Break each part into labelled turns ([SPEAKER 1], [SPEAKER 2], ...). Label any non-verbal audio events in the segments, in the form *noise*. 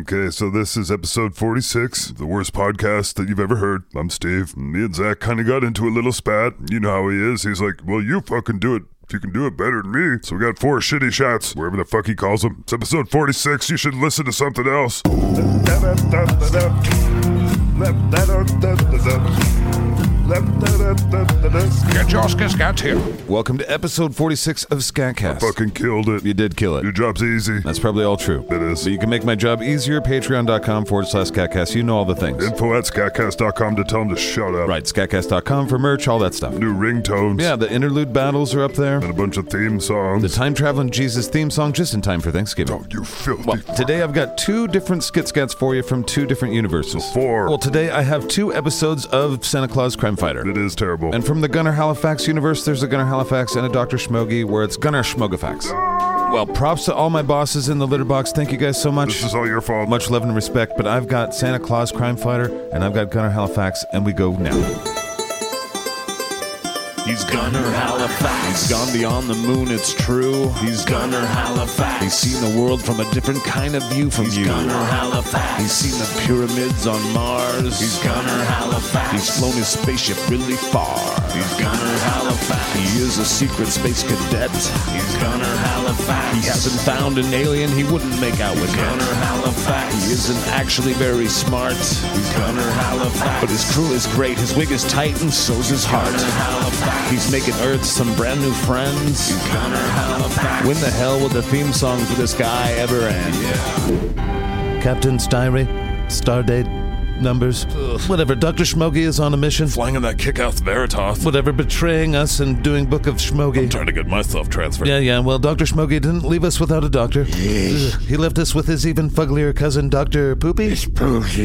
[SPEAKER 1] Okay, so this is episode 46, the worst podcast that you've ever heard. I'm Steve. Me and Zach kind of got into a little spat. You know how he is. He's like, well, you fucking do it. You can do it better than me. So we got four shitty shots, wherever the fuck he calls them. It's episode 46. You should listen to something else.
[SPEAKER 2] Get your scat here.
[SPEAKER 3] Welcome to episode 46 of Scatcast.
[SPEAKER 1] Fucking killed it.
[SPEAKER 3] You did kill
[SPEAKER 1] Your
[SPEAKER 3] it.
[SPEAKER 1] job's easy.
[SPEAKER 3] That's probably all true.
[SPEAKER 1] It is.
[SPEAKER 3] But you can make my job easier. Patreon.com forward slash Scatcast. You know all the things.
[SPEAKER 1] Info at scatcast.com to tell him to shut up.
[SPEAKER 3] Right, Scatcast.com for merch, all that stuff.
[SPEAKER 1] New ringtones.
[SPEAKER 3] Yeah, the interlude battles are up there.
[SPEAKER 1] And a bunch of theme songs.
[SPEAKER 3] The Time Traveling Jesus theme song just in time for
[SPEAKER 1] Oh,
[SPEAKER 3] Thanksgiving.
[SPEAKER 1] you filthy.
[SPEAKER 3] Well,
[SPEAKER 1] fuck.
[SPEAKER 3] today I've got two different skit scats for you from two different universes.
[SPEAKER 1] Four.
[SPEAKER 3] Well, today I have two episodes of Santa Claus Crime Fighter.
[SPEAKER 1] It is terrible.
[SPEAKER 3] And from the Gunnar Halifax universe, there's a Gunnar Halifax and a Dr. Schmogi where it's Gunnar Schmogifax. Well, props to all my bosses in the litter box. Thank you guys so much.
[SPEAKER 1] this is all your fault.
[SPEAKER 3] Much love and respect, but I've got Santa Claus Crime Fighter and I've got Gunnar Halifax, and we go now.
[SPEAKER 4] He's Gunner Halifax. He's gone beyond the moon, it's true. He's Gunner Halifax. He's seen the world from a different kind of view from
[SPEAKER 3] He's
[SPEAKER 4] you.
[SPEAKER 3] Gunner
[SPEAKER 4] Halifax. He's seen the pyramids on Mars. He's Gunner Halifax. He's flown his spaceship really far. He's Gunner Halifax. He is a secret space cadet. He's Gunner Halifax. He hasn't found an alien he wouldn't make out with yet. Gunner Halifax. He isn't actually very smart. He's Gunner Halifax. But his crew is great. His wig is tight and so's his heart. He's making Earth some brand new friends. He's Gunner Halifax. When the hell will the theme song for this guy ever end?
[SPEAKER 3] Captain's Diary, Stardate, numbers, whatever. Dr. Schmogi is on a mission.
[SPEAKER 2] Flying in that kick out Veritoth.
[SPEAKER 3] Whatever, betraying us and doing Book of Schmogi.
[SPEAKER 2] Trying to get myself transferred.
[SPEAKER 3] Yeah, yeah. Well, Dr. Schmogi didn't leave us without a doctor. Ugh, He left us with his even fugglier cousin, Dr. Poopy.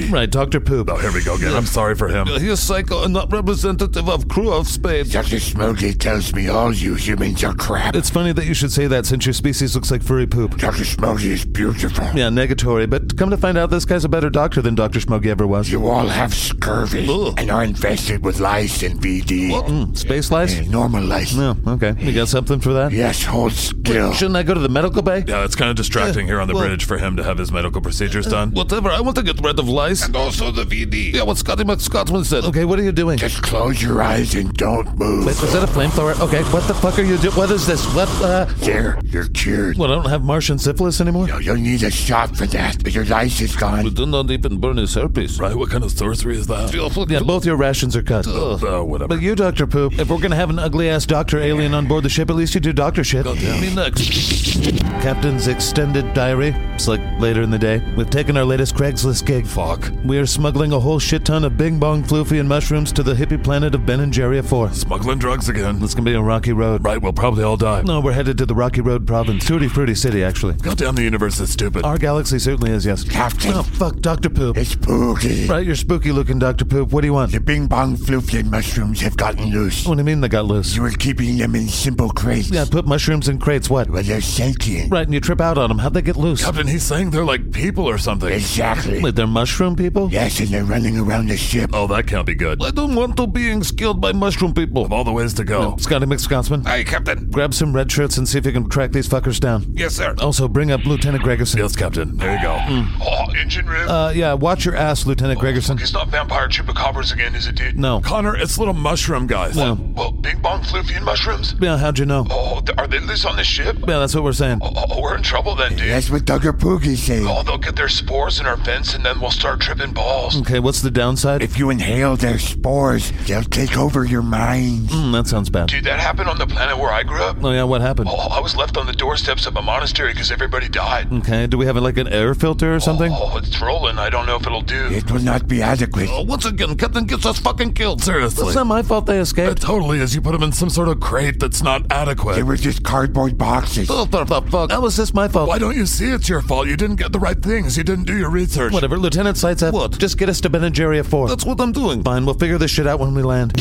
[SPEAKER 3] Right, Dr. Poop.
[SPEAKER 1] Here we go again.
[SPEAKER 2] I'm sorry for him.
[SPEAKER 3] He is psycho and not representative of crew of spades.
[SPEAKER 5] Dr. Smokey tells me all you humans are crap.
[SPEAKER 3] It's funny that you should say that since your species looks like furry poop.
[SPEAKER 5] Dr. Smokey is beautiful.
[SPEAKER 3] Yeah, negatory, but come to find out this guy's a better doctor than Dr. Schmuggy ever was.
[SPEAKER 5] You all have scurvy
[SPEAKER 3] Ugh.
[SPEAKER 5] and are infested with lice and VD.
[SPEAKER 3] Mm, space lice?
[SPEAKER 5] And normal lice.
[SPEAKER 3] No, okay. You got something for that?
[SPEAKER 5] Yes, hold still.
[SPEAKER 3] Shouldn't I go to the medical bay?
[SPEAKER 2] Yeah, it's kind of distracting here on the
[SPEAKER 3] Well- Uh,
[SPEAKER 2] bridge for him to have his medical procedures done.
[SPEAKER 3] Whatever, I want to get rid of lice. And also the VD. Yeah, what Scotty Scotsman said. Okay, what are you doing?
[SPEAKER 5] Just close your eyes and don't move.
[SPEAKER 3] Wait, was that a flamethrower? Okay, what the fuck are you doing? What is this? What, uh...
[SPEAKER 5] There, you're cured.
[SPEAKER 3] What, I don't have Martian syphilis anymore?
[SPEAKER 5] No, you'll need a shot for that, but your lice is gone.
[SPEAKER 3] did not even burn his herpes.
[SPEAKER 2] Right? What kind of sorcery is that?
[SPEAKER 3] Yeah, both your rations are cut.
[SPEAKER 2] Uh, whatever.
[SPEAKER 3] But you, Dr. Poop, if we're gonna have an ugly ass doctor alien on board the ship, at least you do doctor shit. Me next. Captain's extended diary. It's like later in the day. We've taken our latest Craigslist gig. Fuck. We are smuggling a whole shit ton of Bing Bong Floofy and mushrooms to the hippie planet of Ben and Jerry 4.
[SPEAKER 2] Smuggling drugs again.
[SPEAKER 3] It's gonna be a rocky road.
[SPEAKER 2] Right, we'll probably all die.
[SPEAKER 3] No, we're headed to the Rocky Road province. Tutti Frutti City, actually.
[SPEAKER 2] Goddamn, the universe is stupid.
[SPEAKER 3] Our galaxy certainly is, yes.
[SPEAKER 5] Captain.
[SPEAKER 3] Oh, fuck, Dr. Poop.
[SPEAKER 5] It's spooky.
[SPEAKER 3] Right, you're spooky looking, Dr. Poop. What do you want?
[SPEAKER 5] The bing bong flooflin mushrooms have gotten loose.
[SPEAKER 3] What do you mean they got loose?
[SPEAKER 5] You were keeping them in simple crates.
[SPEAKER 3] Yeah, put mushrooms in crates, what?
[SPEAKER 5] But they're sentient.
[SPEAKER 3] Right, and you trip out on them. How'd they get loose?
[SPEAKER 2] Captain, he's saying they're like people or something.
[SPEAKER 5] Exactly.
[SPEAKER 3] Wait, they're mushroom people?
[SPEAKER 5] Yes, and they're running around the ship.
[SPEAKER 2] Oh, that can't be good.
[SPEAKER 3] I don't want to being killed by mushroom people.
[SPEAKER 2] Of all the ways to go.
[SPEAKER 3] Scotty McScotsman,
[SPEAKER 6] Hey, Captain.
[SPEAKER 3] grab some red shirts and see if you can track these fuckers down.
[SPEAKER 6] Yes, sir.
[SPEAKER 3] Also, bring up Lieutenant Gregerson.
[SPEAKER 2] Yes, Captain. There you go.
[SPEAKER 6] Oh, engine room.
[SPEAKER 3] Uh, yeah, watch your ass, Lieutenant Gregerson.
[SPEAKER 6] Oh, it's not vampire chupacabras again, is it, dude?
[SPEAKER 3] No.
[SPEAKER 2] Connor, it's little mushroom guys.
[SPEAKER 3] No.
[SPEAKER 6] Well, Bing Bong Floofy and mushrooms?
[SPEAKER 3] Yeah, how'd you know?
[SPEAKER 6] Oh, th- are they loose on this ship?
[SPEAKER 3] Yeah, that's what we're saying.
[SPEAKER 6] Oh, oh, we're in trouble then, dude.
[SPEAKER 5] That's what Dr. Pookie said.
[SPEAKER 6] Oh, they'll get their spores in our vents and then we'll start tripping balls.
[SPEAKER 3] Okay, what's the downside?
[SPEAKER 5] If you inhale their spores, they'll take over your mind.
[SPEAKER 3] Hmm, that sounds bad.
[SPEAKER 6] Dude, that happened on the planet where I grew up.
[SPEAKER 3] Oh, yeah, what happened?
[SPEAKER 6] Oh, I was left on the doorsteps of a monastery because everybody died.
[SPEAKER 3] Okay, do we have like an air filter or something?
[SPEAKER 6] Oh, it's rolling. I don't know if it'll do.
[SPEAKER 5] It will not be adequate.
[SPEAKER 3] Oh.
[SPEAKER 2] Oh, Once again, Captain gets us fucking killed. Seriously.
[SPEAKER 3] It's not my fault they
[SPEAKER 2] It
[SPEAKER 3] escaped.
[SPEAKER 2] totally is. You put him in some sort of crate that's not
[SPEAKER 5] They
[SPEAKER 2] adequate.
[SPEAKER 5] were just cardboard boxes.
[SPEAKER 3] Oh, for the fuck. How is this my fault?
[SPEAKER 2] Why don't you see it's your fault? You didn't get the right things. You didn't do your research.
[SPEAKER 3] Whatever, Lieutenant Sights F. What? Just get us to Ben and Jerry at 4.
[SPEAKER 2] That's what I'm doing.
[SPEAKER 3] Fine, we'll figure this shit out when we land.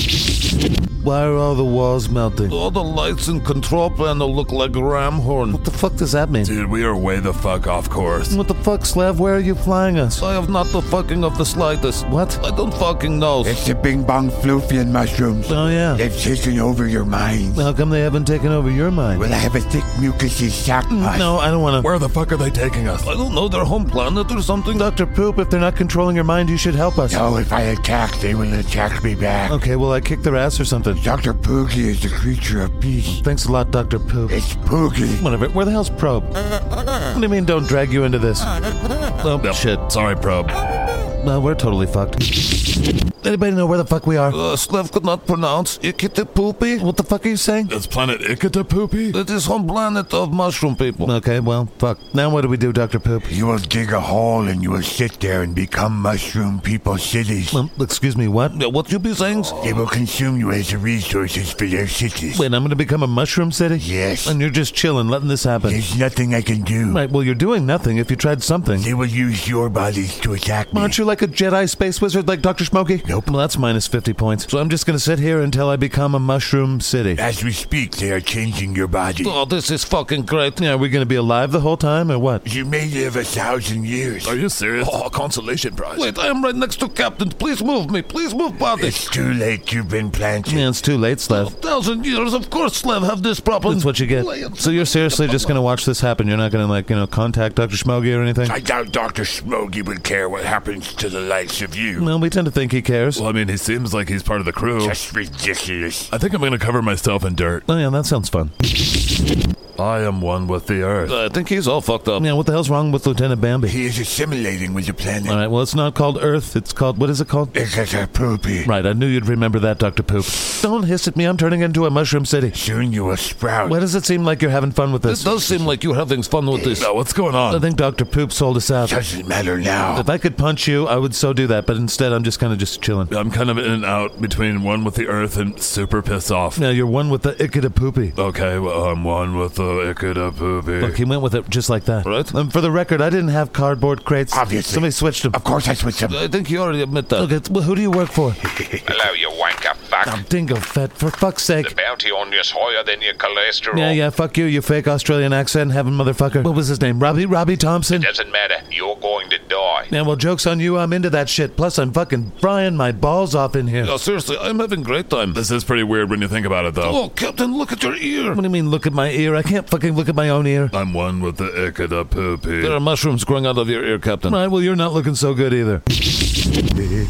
[SPEAKER 3] Why are all the walls melting? All the lights and control panel look like ram horn. What the fuck does that mean?
[SPEAKER 2] Dude, we are way the fuck off course.
[SPEAKER 3] What the fuck, Slav? Where are you flying us? I have not the fucking of the slightest. What? I don't fucking know.
[SPEAKER 5] It's the Bing Bong Floofian mushrooms.
[SPEAKER 3] Oh, yeah.
[SPEAKER 5] They've taken over your mind.
[SPEAKER 3] How come they haven't taken over your mind?
[SPEAKER 5] Will I have a thick mucusy sack pus?
[SPEAKER 3] Mm, No, I don't want to.
[SPEAKER 2] Where the fuck are they taking
[SPEAKER 7] attacking us?
[SPEAKER 3] I don't know their home planet or something. Dr. Poop, if they're not controlling your mind, you should help us.
[SPEAKER 5] No, if I attack, they will attack me back.
[SPEAKER 3] Okay, well, I kick their ass or something.
[SPEAKER 5] Dr. Poogie is a creature of peace.
[SPEAKER 3] Thanks a lot, Dr. Poop.
[SPEAKER 5] It's Poogie.
[SPEAKER 3] Whatever. Where the hell's Probe? What do you mean, don't drag you into this? Oh, shit.
[SPEAKER 7] Sorry, probe.
[SPEAKER 3] Well, we're totally fucked. Anybody know where the fuck we are?
[SPEAKER 7] Uh, Slev could not pronounce Ikita Poopy.
[SPEAKER 3] What the fuck are you saying?
[SPEAKER 7] That's planet Ikita Poopy? It is home planet of mushroom people.
[SPEAKER 3] Okay, well, fuck. Now what do we do, Dr. Poop?
[SPEAKER 5] You will dig a hole and you will sit there and become mushroom people cities.
[SPEAKER 3] Um, excuse me, what?
[SPEAKER 7] Yeah, what you be saying?
[SPEAKER 5] They will consume you as resources for their cities.
[SPEAKER 3] Wait, I'm gonna become a mushroom city?
[SPEAKER 5] Yes.
[SPEAKER 3] And you're just chilling, letting this happen.
[SPEAKER 5] There's nothing I can do.
[SPEAKER 3] Right, well, you're doing nothing if you tried something.
[SPEAKER 5] They will use your bodies to attack me.
[SPEAKER 3] Aren't you like a Jedi space wizard like Dr. Smokey?
[SPEAKER 5] Nope.
[SPEAKER 3] Well, that's minus 50 points. So I'm just gonna sit here until I become a mushroom city.
[SPEAKER 5] As we speak, they are changing your body.
[SPEAKER 7] Oh, this is fucking great.
[SPEAKER 3] Yeah, are we gonna be alive the whole time or what?
[SPEAKER 5] You may live a thousand years.
[SPEAKER 7] you serious? Oh, consolation prize. Wait, I am right next to Captain. Please move me. Please move body.
[SPEAKER 5] It's too late. You've been planted.
[SPEAKER 3] Yeah, it's too late, Slev.
[SPEAKER 7] Thousand years, of course, Slev have this problem.
[SPEAKER 3] That's what you get. So you're seriously just gonna watch this happen? You're not gonna like you know contact Dr. Schmogi or anything?
[SPEAKER 5] I doubt Dr. Smogey would care what happens to the likes of you.
[SPEAKER 3] Well, we tend to think he cares.
[SPEAKER 7] Well, I mean, he seems like he's part of the crew.
[SPEAKER 5] That's ridiculous.
[SPEAKER 7] I think I'm gonna cover myself in dirt.
[SPEAKER 3] Oh yeah, that sounds fun.
[SPEAKER 7] I am one with the earth. I think he's all fucked up.
[SPEAKER 3] Yeah, what the hell's wrong with Lieutenant Bambi?
[SPEAKER 5] He is assimilating with the planet.
[SPEAKER 3] All right, well, it's not called Earth. It's called what is it called?
[SPEAKER 5] It's like a poopy.
[SPEAKER 3] Right, I knew you'd remember that, Doctor Poop. Don't hiss at me. I'm turning into a mushroom city.
[SPEAKER 5] Soon you will sprout.
[SPEAKER 3] Why does it seem like you're having fun with
[SPEAKER 7] It
[SPEAKER 3] this?
[SPEAKER 7] does seem like you're having fun with this. Now, what's going
[SPEAKER 3] I
[SPEAKER 7] on?
[SPEAKER 3] think Doctor Poop sold us out.
[SPEAKER 5] Doesn't matter now.
[SPEAKER 3] If I could punch you, I would so do that. But instead, I'm just kind of just chilling.
[SPEAKER 7] I'm kind of in and out between one with the earth and super pissed off.
[SPEAKER 3] Now you're one with the Ikeda Poopy.
[SPEAKER 7] Okay, well, I'm one with the Ikeda
[SPEAKER 3] Look,
[SPEAKER 7] Poopy.
[SPEAKER 3] he went with it just like that.
[SPEAKER 7] Right.
[SPEAKER 3] Um, for the record, I didn't have cardboard crates.
[SPEAKER 5] Obviously.
[SPEAKER 3] Somebody switched them.
[SPEAKER 5] Of course, that's what's up.
[SPEAKER 7] I think you already admit that.
[SPEAKER 3] Look, it's, well, who do you work for?
[SPEAKER 8] Hello, you wanker fuck.
[SPEAKER 3] Oh, dingo Fett, for fuck's
[SPEAKER 8] The
[SPEAKER 3] sake.
[SPEAKER 8] bounty on you's higher than your cholesterol.
[SPEAKER 3] Yeah, yeah, fuck you, you fake Australian accent having motherfucker. What was his name? Robbie? Robbie Thompson?
[SPEAKER 8] Doesn't matter. You're going to die.
[SPEAKER 3] Yeah, well, joke's on you, I'm into that shit. Plus, I'm fucking frying my balls off in here.
[SPEAKER 7] Yeah, seriously, I'm having great time. This is pretty weird when you think about it, though. Oh, Captain, look at your ear.
[SPEAKER 3] What do you mean, look at my ear? I can't fucking look at my own ear.
[SPEAKER 7] I'm one with the Ikeda Poopy.
[SPEAKER 3] There
[SPEAKER 7] are mushrooms growing out of your ear, Captain.
[SPEAKER 3] Right, well, you're not looking so good either.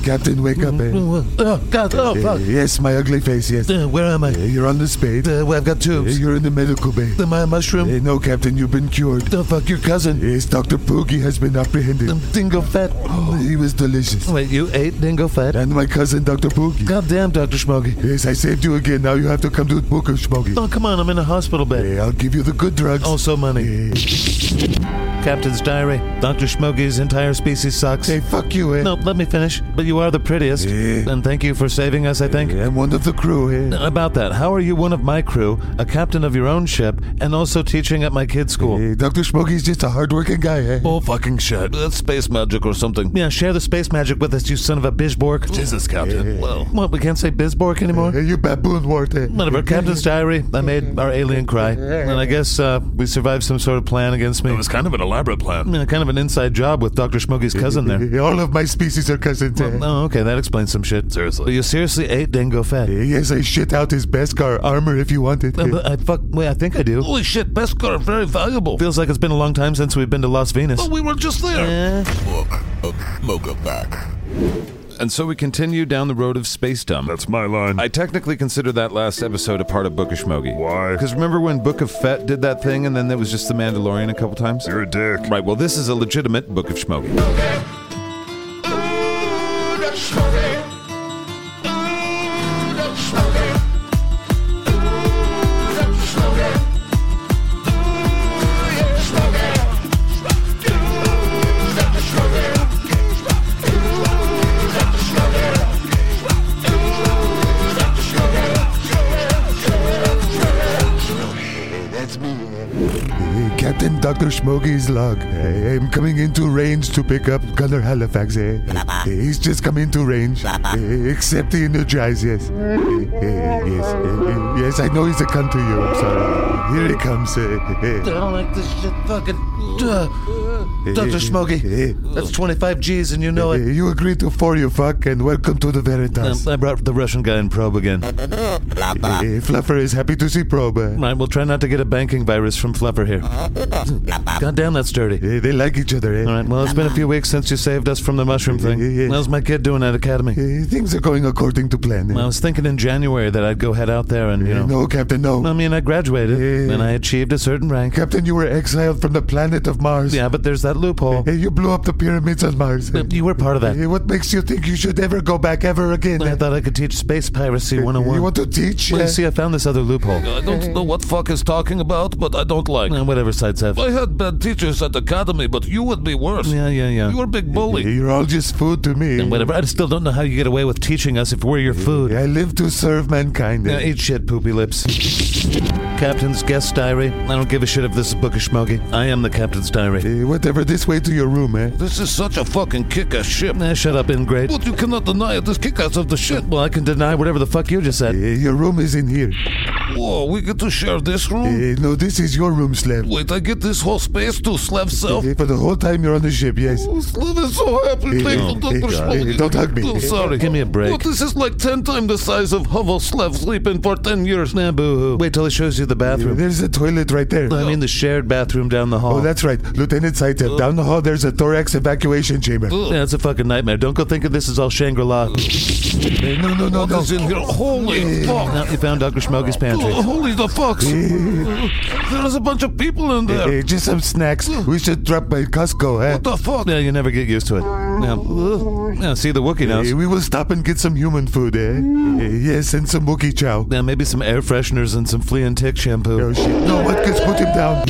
[SPEAKER 9] Captain, wake up. eh?
[SPEAKER 3] Oh, God, oh,
[SPEAKER 9] Eh,
[SPEAKER 3] fuck.
[SPEAKER 9] Yes, my ugly face, yes.
[SPEAKER 3] Uh, where am I?
[SPEAKER 9] Eh, You're on the spade.
[SPEAKER 3] Uh, well, I've got
[SPEAKER 9] Eh,
[SPEAKER 3] tubes.
[SPEAKER 9] You're in the medical bay.
[SPEAKER 3] Am I a mushroom?
[SPEAKER 9] Eh, No, Captain, you've been cured.
[SPEAKER 3] The fuck, your cousin?
[SPEAKER 9] Yes, Dr. Poogie has been apprehended.
[SPEAKER 3] Um, Dingo Fett.
[SPEAKER 9] Oh, he was delicious.
[SPEAKER 3] Wait, you ate Dingo Fett?
[SPEAKER 9] And my cousin, Dr. Poogie.
[SPEAKER 3] Goddamn, Dr. Schmoggy.
[SPEAKER 9] Yes, I saved you again. Now you have to come to the book of Schmoggy.
[SPEAKER 3] Oh, come on, I'm in a hospital bed.
[SPEAKER 9] Eh, I'll give you the good drugs.
[SPEAKER 3] Oh, so money.
[SPEAKER 9] Eh,
[SPEAKER 3] Captain's diary. Dr. Schmoggy's entire species sucks.
[SPEAKER 9] Hey, fuck you, eh?
[SPEAKER 3] No, let me finish. But you are the prettiest.
[SPEAKER 9] Yeah.
[SPEAKER 3] And thank you for saving us, I think.
[SPEAKER 9] I'm one of the crew, eh?
[SPEAKER 3] About that, how are you one of my crew, a captain of your own ship, and also teaching at my kid's school?
[SPEAKER 9] Eh, Dr. Smokey's just a hardworking guy, eh?
[SPEAKER 7] Oh, fucking shit. That's space magic or something.
[SPEAKER 3] Yeah, share the space magic with us, you son of a bizbork.
[SPEAKER 7] Jesus, Captain. Well,
[SPEAKER 3] What, we can't say bizbork anymore?
[SPEAKER 9] Eh, you baboon wart, eh?
[SPEAKER 3] Whatever, Captain's Diary. I made our alien cry. And I guess uh, we survived some sort of plan against
[SPEAKER 7] it
[SPEAKER 3] me.
[SPEAKER 7] was kind of an elaborate plan.
[SPEAKER 3] Yeah, kind of an inside job with Dr. Smokey's
[SPEAKER 5] *laughs*
[SPEAKER 3] cousin there.
[SPEAKER 9] Eh, All of my species are cousins, eh?
[SPEAKER 3] Oh, okay, that explains some shit. But
[SPEAKER 7] Seriously.
[SPEAKER 3] you seriously ate Dingo Fett?
[SPEAKER 9] Eh, Yes, I shit out his Beskar armor if you want it.
[SPEAKER 7] Uh-huh.
[SPEAKER 3] Uh, but I fuck. Wait, I think I do.
[SPEAKER 7] Holy shit, Beskar, very valuable.
[SPEAKER 3] Feels like it's been a long time since we've been to Las Venus.
[SPEAKER 7] we were just there.
[SPEAKER 3] Eh.
[SPEAKER 7] Mocha back.
[SPEAKER 10] And so we continue down the road of space dumb.
[SPEAKER 1] That's my line.
[SPEAKER 10] I technically consider that last episode a part of Book of Shmogi.
[SPEAKER 1] Why?
[SPEAKER 10] Because remember when Book of Fett did that thing and then there was just The Mandalorian a couple times?
[SPEAKER 1] You're a dick.
[SPEAKER 10] Right, well, this is a legitimate Book of Shmogi.
[SPEAKER 9] Eh, Captain Dr. Smokey's log. I am coming into range to pick up Gunner Halifax, eh? Eh, He's just come into range. Eh, Except the energize, yes. Eh, eh, Yes, eh, eh, yes, I know he's a cunt to you, I'm sorry. Here he comes. eh, eh,
[SPEAKER 3] I don't like this shit. Fucking. Uh, Dr.
[SPEAKER 9] eh,
[SPEAKER 3] Smoggy. That's 25 G's and you know
[SPEAKER 9] eh,
[SPEAKER 3] it.
[SPEAKER 9] You agreed to four, you fuck, and welcome to the Veritas.
[SPEAKER 3] Um, I brought the Russian guy in probe again.
[SPEAKER 9] Eh, Fluffer is happy to see Proba.
[SPEAKER 3] Right, we'll try not to get a banking virus from Fluffer *laughs* here. Goddamn, that's dirty.
[SPEAKER 9] Eh, they like each other, eh?
[SPEAKER 3] All right, well, it's been a few weeks since you saved us from the mushroom thing. How's my kid doing at Academy?
[SPEAKER 9] Eh, things are going according to plan. eh?
[SPEAKER 3] I was thinking in January that I'd go head out there and, you
[SPEAKER 9] Eh,
[SPEAKER 3] know.
[SPEAKER 9] No, Captain, no.
[SPEAKER 3] I mean, I graduated and I achieved a certain rank.
[SPEAKER 9] Captain, you were exiled from the planet of Mars.
[SPEAKER 3] Yeah, but there's that loophole.
[SPEAKER 9] Eh, you blew up the pyramids on Mars.
[SPEAKER 3] But You were part of that.
[SPEAKER 9] Eh, what makes you think you should ever go back ever again? eh?
[SPEAKER 3] I thought I could teach space piracy
[SPEAKER 9] you
[SPEAKER 3] 101.
[SPEAKER 9] want to teach?
[SPEAKER 3] Well,
[SPEAKER 9] eh?
[SPEAKER 3] you see, I found this other loophole.
[SPEAKER 2] I don't know what fuck is talking about, but I don't like.
[SPEAKER 3] Uh, whatever sites have.
[SPEAKER 2] I had bad teachers at academy, but you would be worse.
[SPEAKER 3] Yeah, yeah, yeah.
[SPEAKER 2] You were a big
[SPEAKER 9] Eh,
[SPEAKER 2] bully.
[SPEAKER 9] You're all just food to me.
[SPEAKER 3] And whatever. I still don't know how you get away with teaching us if we're your food.
[SPEAKER 9] I live to serve mankind. eh?
[SPEAKER 3] Now eat shit, poopy lips. Captain's Guest Diary. I don't give a shit if this is book of Schmoggy. I am the Captain's Diary.
[SPEAKER 9] Eh, whatever, this way to your room, eh?
[SPEAKER 2] This is such a fucking kick-ass ship.
[SPEAKER 3] Nah, shut up, ingrate.
[SPEAKER 2] But you cannot deny it is kick-ass of the ship.
[SPEAKER 3] Well, I can deny whatever the fuck you just
[SPEAKER 9] Eh,
[SPEAKER 3] said.
[SPEAKER 9] Your room is in here.
[SPEAKER 2] Whoa, we get to share this room?
[SPEAKER 9] Eh, No, this is your room, Slav.
[SPEAKER 2] Wait, I get this whole space to Slav self?
[SPEAKER 9] Eh, For the whole time you're on the ship, yes.
[SPEAKER 2] Oh, Slav is so happy. Thank you,
[SPEAKER 9] eh,
[SPEAKER 2] Dr.
[SPEAKER 9] eh,
[SPEAKER 2] Smolny.
[SPEAKER 9] don't hug me.
[SPEAKER 2] Oh, sorry.
[SPEAKER 3] Give me a break.
[SPEAKER 2] Look, this is like 10 times the size of Hovel Slav sleeping for 10 years.
[SPEAKER 3] Nah, boo-hoo. Wait till he shows you the bathroom.
[SPEAKER 9] There's a toilet right there.
[SPEAKER 3] I mean the shared bathroom down the hall.
[SPEAKER 9] Oh, that's right. Lieutenant Saitep, down the hall there's a thorax evacuation chamber.
[SPEAKER 2] Ugh.
[SPEAKER 3] Yeah, it's a fucking nightmare. Don't go thinking this is all Shangri-La.
[SPEAKER 9] Eh, No, no, no,
[SPEAKER 2] What
[SPEAKER 9] no.
[SPEAKER 2] is in here? Holy fuck.
[SPEAKER 3] Now you found Dr. Schmoggy's pantry.
[SPEAKER 2] Oh, holy the *laughs* fuck. There's a bunch of people in there.
[SPEAKER 9] Eh, Just some snacks. We should drop by Costco, eh?
[SPEAKER 2] What the fuck?
[SPEAKER 3] Yeah, you never get used to it. Now, now see the Wookiee
[SPEAKER 9] Eh,
[SPEAKER 3] knows.
[SPEAKER 9] We will stop and get some human food, eh?
[SPEAKER 2] Mm.
[SPEAKER 9] Eh, Yes, and some Wookiee chow.
[SPEAKER 3] Now maybe some air fresheners and some flea and tick shampoo.
[SPEAKER 9] Oh, shit. No, what gets put him down?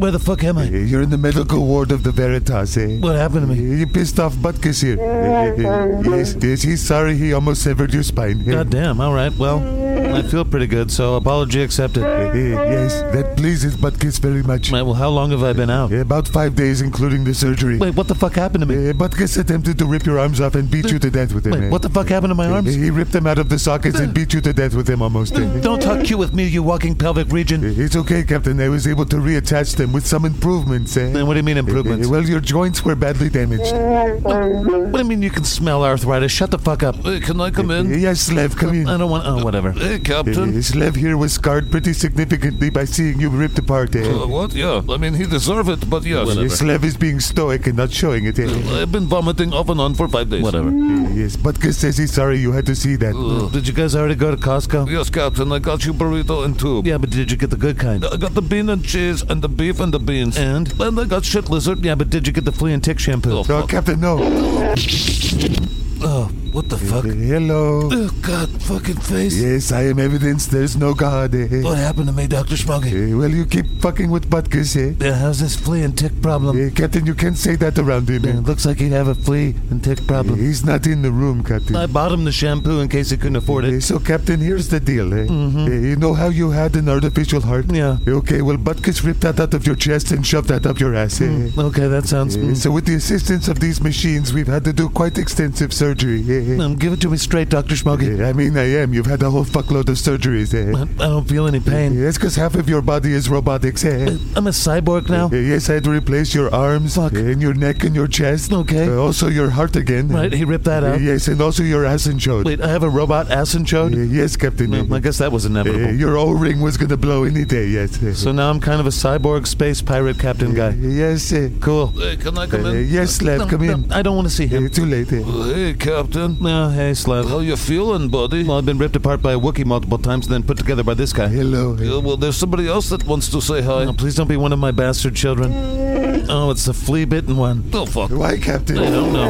[SPEAKER 3] Where the fuck am I?
[SPEAKER 9] Eh, You're in the medical ward of the Veritas, eh?
[SPEAKER 3] What happened to me?
[SPEAKER 9] He pissed off Butkus here. yes, yes, he's sorry he almost severed your spine.
[SPEAKER 3] God damn, all right. Well, I feel pretty good, so apology accepted. All
[SPEAKER 9] Yes, that pleases Butkus very much.
[SPEAKER 3] right, well, how long have I been out?
[SPEAKER 9] About five days, including the surgery.
[SPEAKER 3] Wait, what the fuck happened to me?
[SPEAKER 9] Uh, Butkus attempted to rip your arms off and beat you to death with him. eh?
[SPEAKER 3] Wait, what the fuck happened to my arms?
[SPEAKER 9] He ripped them out of the sockets and beat you to death with them almost. eh?
[SPEAKER 3] Don't talk cute with me, you walking pelvic region.
[SPEAKER 9] It's okay, Captain. I was able to reattach them with some improvements. Eh?
[SPEAKER 3] Then what do you mean improvements?
[SPEAKER 9] Eh,
[SPEAKER 3] What
[SPEAKER 9] Well, your joints were badly damaged.
[SPEAKER 3] do you mean you can smell arthritis? Shut the fuck up.
[SPEAKER 2] Hey, can I come in?
[SPEAKER 9] Yes, Slev, come in.
[SPEAKER 3] I don't want. Oh, whatever.
[SPEAKER 2] Hey,
[SPEAKER 9] Eh,
[SPEAKER 2] Captain.
[SPEAKER 9] Slev here was scarred pretty significantly by seeing you ripped apart. Eh?
[SPEAKER 2] Uh, what? Yeah. I mean, he deserved it, but yes.
[SPEAKER 9] Yes, Lev is being stoic and not showing it. eh?
[SPEAKER 2] I've been vomiting off and on for five days.
[SPEAKER 3] Whatever.
[SPEAKER 9] Yes, Butkus says he's sorry you had to see that.
[SPEAKER 3] Did you guys already go to Costco?
[SPEAKER 2] Yes, Captain, I got you burrito and two.
[SPEAKER 3] Yeah, but did you get the good kind?
[SPEAKER 2] I got the bean and cheese and the beef and the beans.
[SPEAKER 3] And?
[SPEAKER 2] And I got shit lizard.
[SPEAKER 3] Yeah, but did you get the flea and tick shampoo?
[SPEAKER 2] Oh,
[SPEAKER 9] No, Captain, no.
[SPEAKER 3] Oh, what the fuck?
[SPEAKER 9] Hello.
[SPEAKER 3] Oh, God, fucking face.
[SPEAKER 9] Yes, I am evidence there's no God. eh?
[SPEAKER 3] What happened to me, Dr. Smoggy?
[SPEAKER 9] Eh, Well, you keep fucking with Butkus, eh?
[SPEAKER 3] Yeah, how's this flea and tick problem?
[SPEAKER 9] Eh, Captain, you can't say that around him.
[SPEAKER 3] Yeah,
[SPEAKER 9] eh?
[SPEAKER 3] it looks like he'd have a flea and tick
[SPEAKER 9] Eh,
[SPEAKER 3] problem.
[SPEAKER 9] He's not in the room, Captain.
[SPEAKER 3] I bought him the shampoo in case he couldn't afford
[SPEAKER 9] Eh,
[SPEAKER 3] it. Mm-hmm.
[SPEAKER 9] So, Captain, here's the deal. Eh? Eh, you know how you had an artificial heart?
[SPEAKER 3] Yeah.
[SPEAKER 9] Okay, well, Butkus ripped that out of your chest and shoved that up your ass. Eh?
[SPEAKER 3] Okay, that sounds.
[SPEAKER 9] Eh, So, with the assistance of these machines, we've had to do quite extensive surgery. eh?
[SPEAKER 3] Um, give it to me straight, Dr. Smoggy.
[SPEAKER 9] Eh, I mean, I am. You've had a whole fuckload of surgeries. Eh?
[SPEAKER 3] I I don't feel any pain. Uh,
[SPEAKER 9] Yes, because half of your body is robotics. Eh?
[SPEAKER 3] I'm a cyborg now.
[SPEAKER 9] Eh, Yes, I had to replace your arms
[SPEAKER 3] Fuck.
[SPEAKER 9] and your neck and your chest.
[SPEAKER 3] Okay.
[SPEAKER 9] Eh, Also your heart again.
[SPEAKER 3] Right, he ripped that
[SPEAKER 9] Eh,
[SPEAKER 3] out.
[SPEAKER 9] Yes, and also your ass and shoulder.
[SPEAKER 3] Wait, I have a robot ass and chode?
[SPEAKER 9] Eh, Yes, Captain.
[SPEAKER 3] Well, I guess that was
[SPEAKER 9] Eh,
[SPEAKER 3] inevitable.
[SPEAKER 9] your O-ring was gonna blow any day. Yes. eh.
[SPEAKER 3] So now I'm kind of a cyborg space pirate captain
[SPEAKER 9] Eh,
[SPEAKER 3] guy.
[SPEAKER 9] Yes. eh.
[SPEAKER 3] Cool.
[SPEAKER 2] Hey, can I come
[SPEAKER 9] Eh,
[SPEAKER 2] in?
[SPEAKER 9] yes, Lev,
[SPEAKER 3] No,
[SPEAKER 9] come
[SPEAKER 3] no,
[SPEAKER 9] in.
[SPEAKER 3] I don't want to see
[SPEAKER 9] Eh,
[SPEAKER 3] him.
[SPEAKER 9] too late. eh.
[SPEAKER 2] Hey, Captain.
[SPEAKER 3] No, hey, Slav.
[SPEAKER 2] How you feeling, buddy?
[SPEAKER 3] Well, I've been ripped apart by a Wookiee multiple times and then put together by this guy.
[SPEAKER 9] Hello. eh.
[SPEAKER 2] Yeah, well, there's somebody else that wants to say hi.
[SPEAKER 3] No, please don't be one of my bastard children. Oh, it's the flea bitten one.
[SPEAKER 2] Oh, fuck.
[SPEAKER 9] Why, Captain?
[SPEAKER 3] I don't know.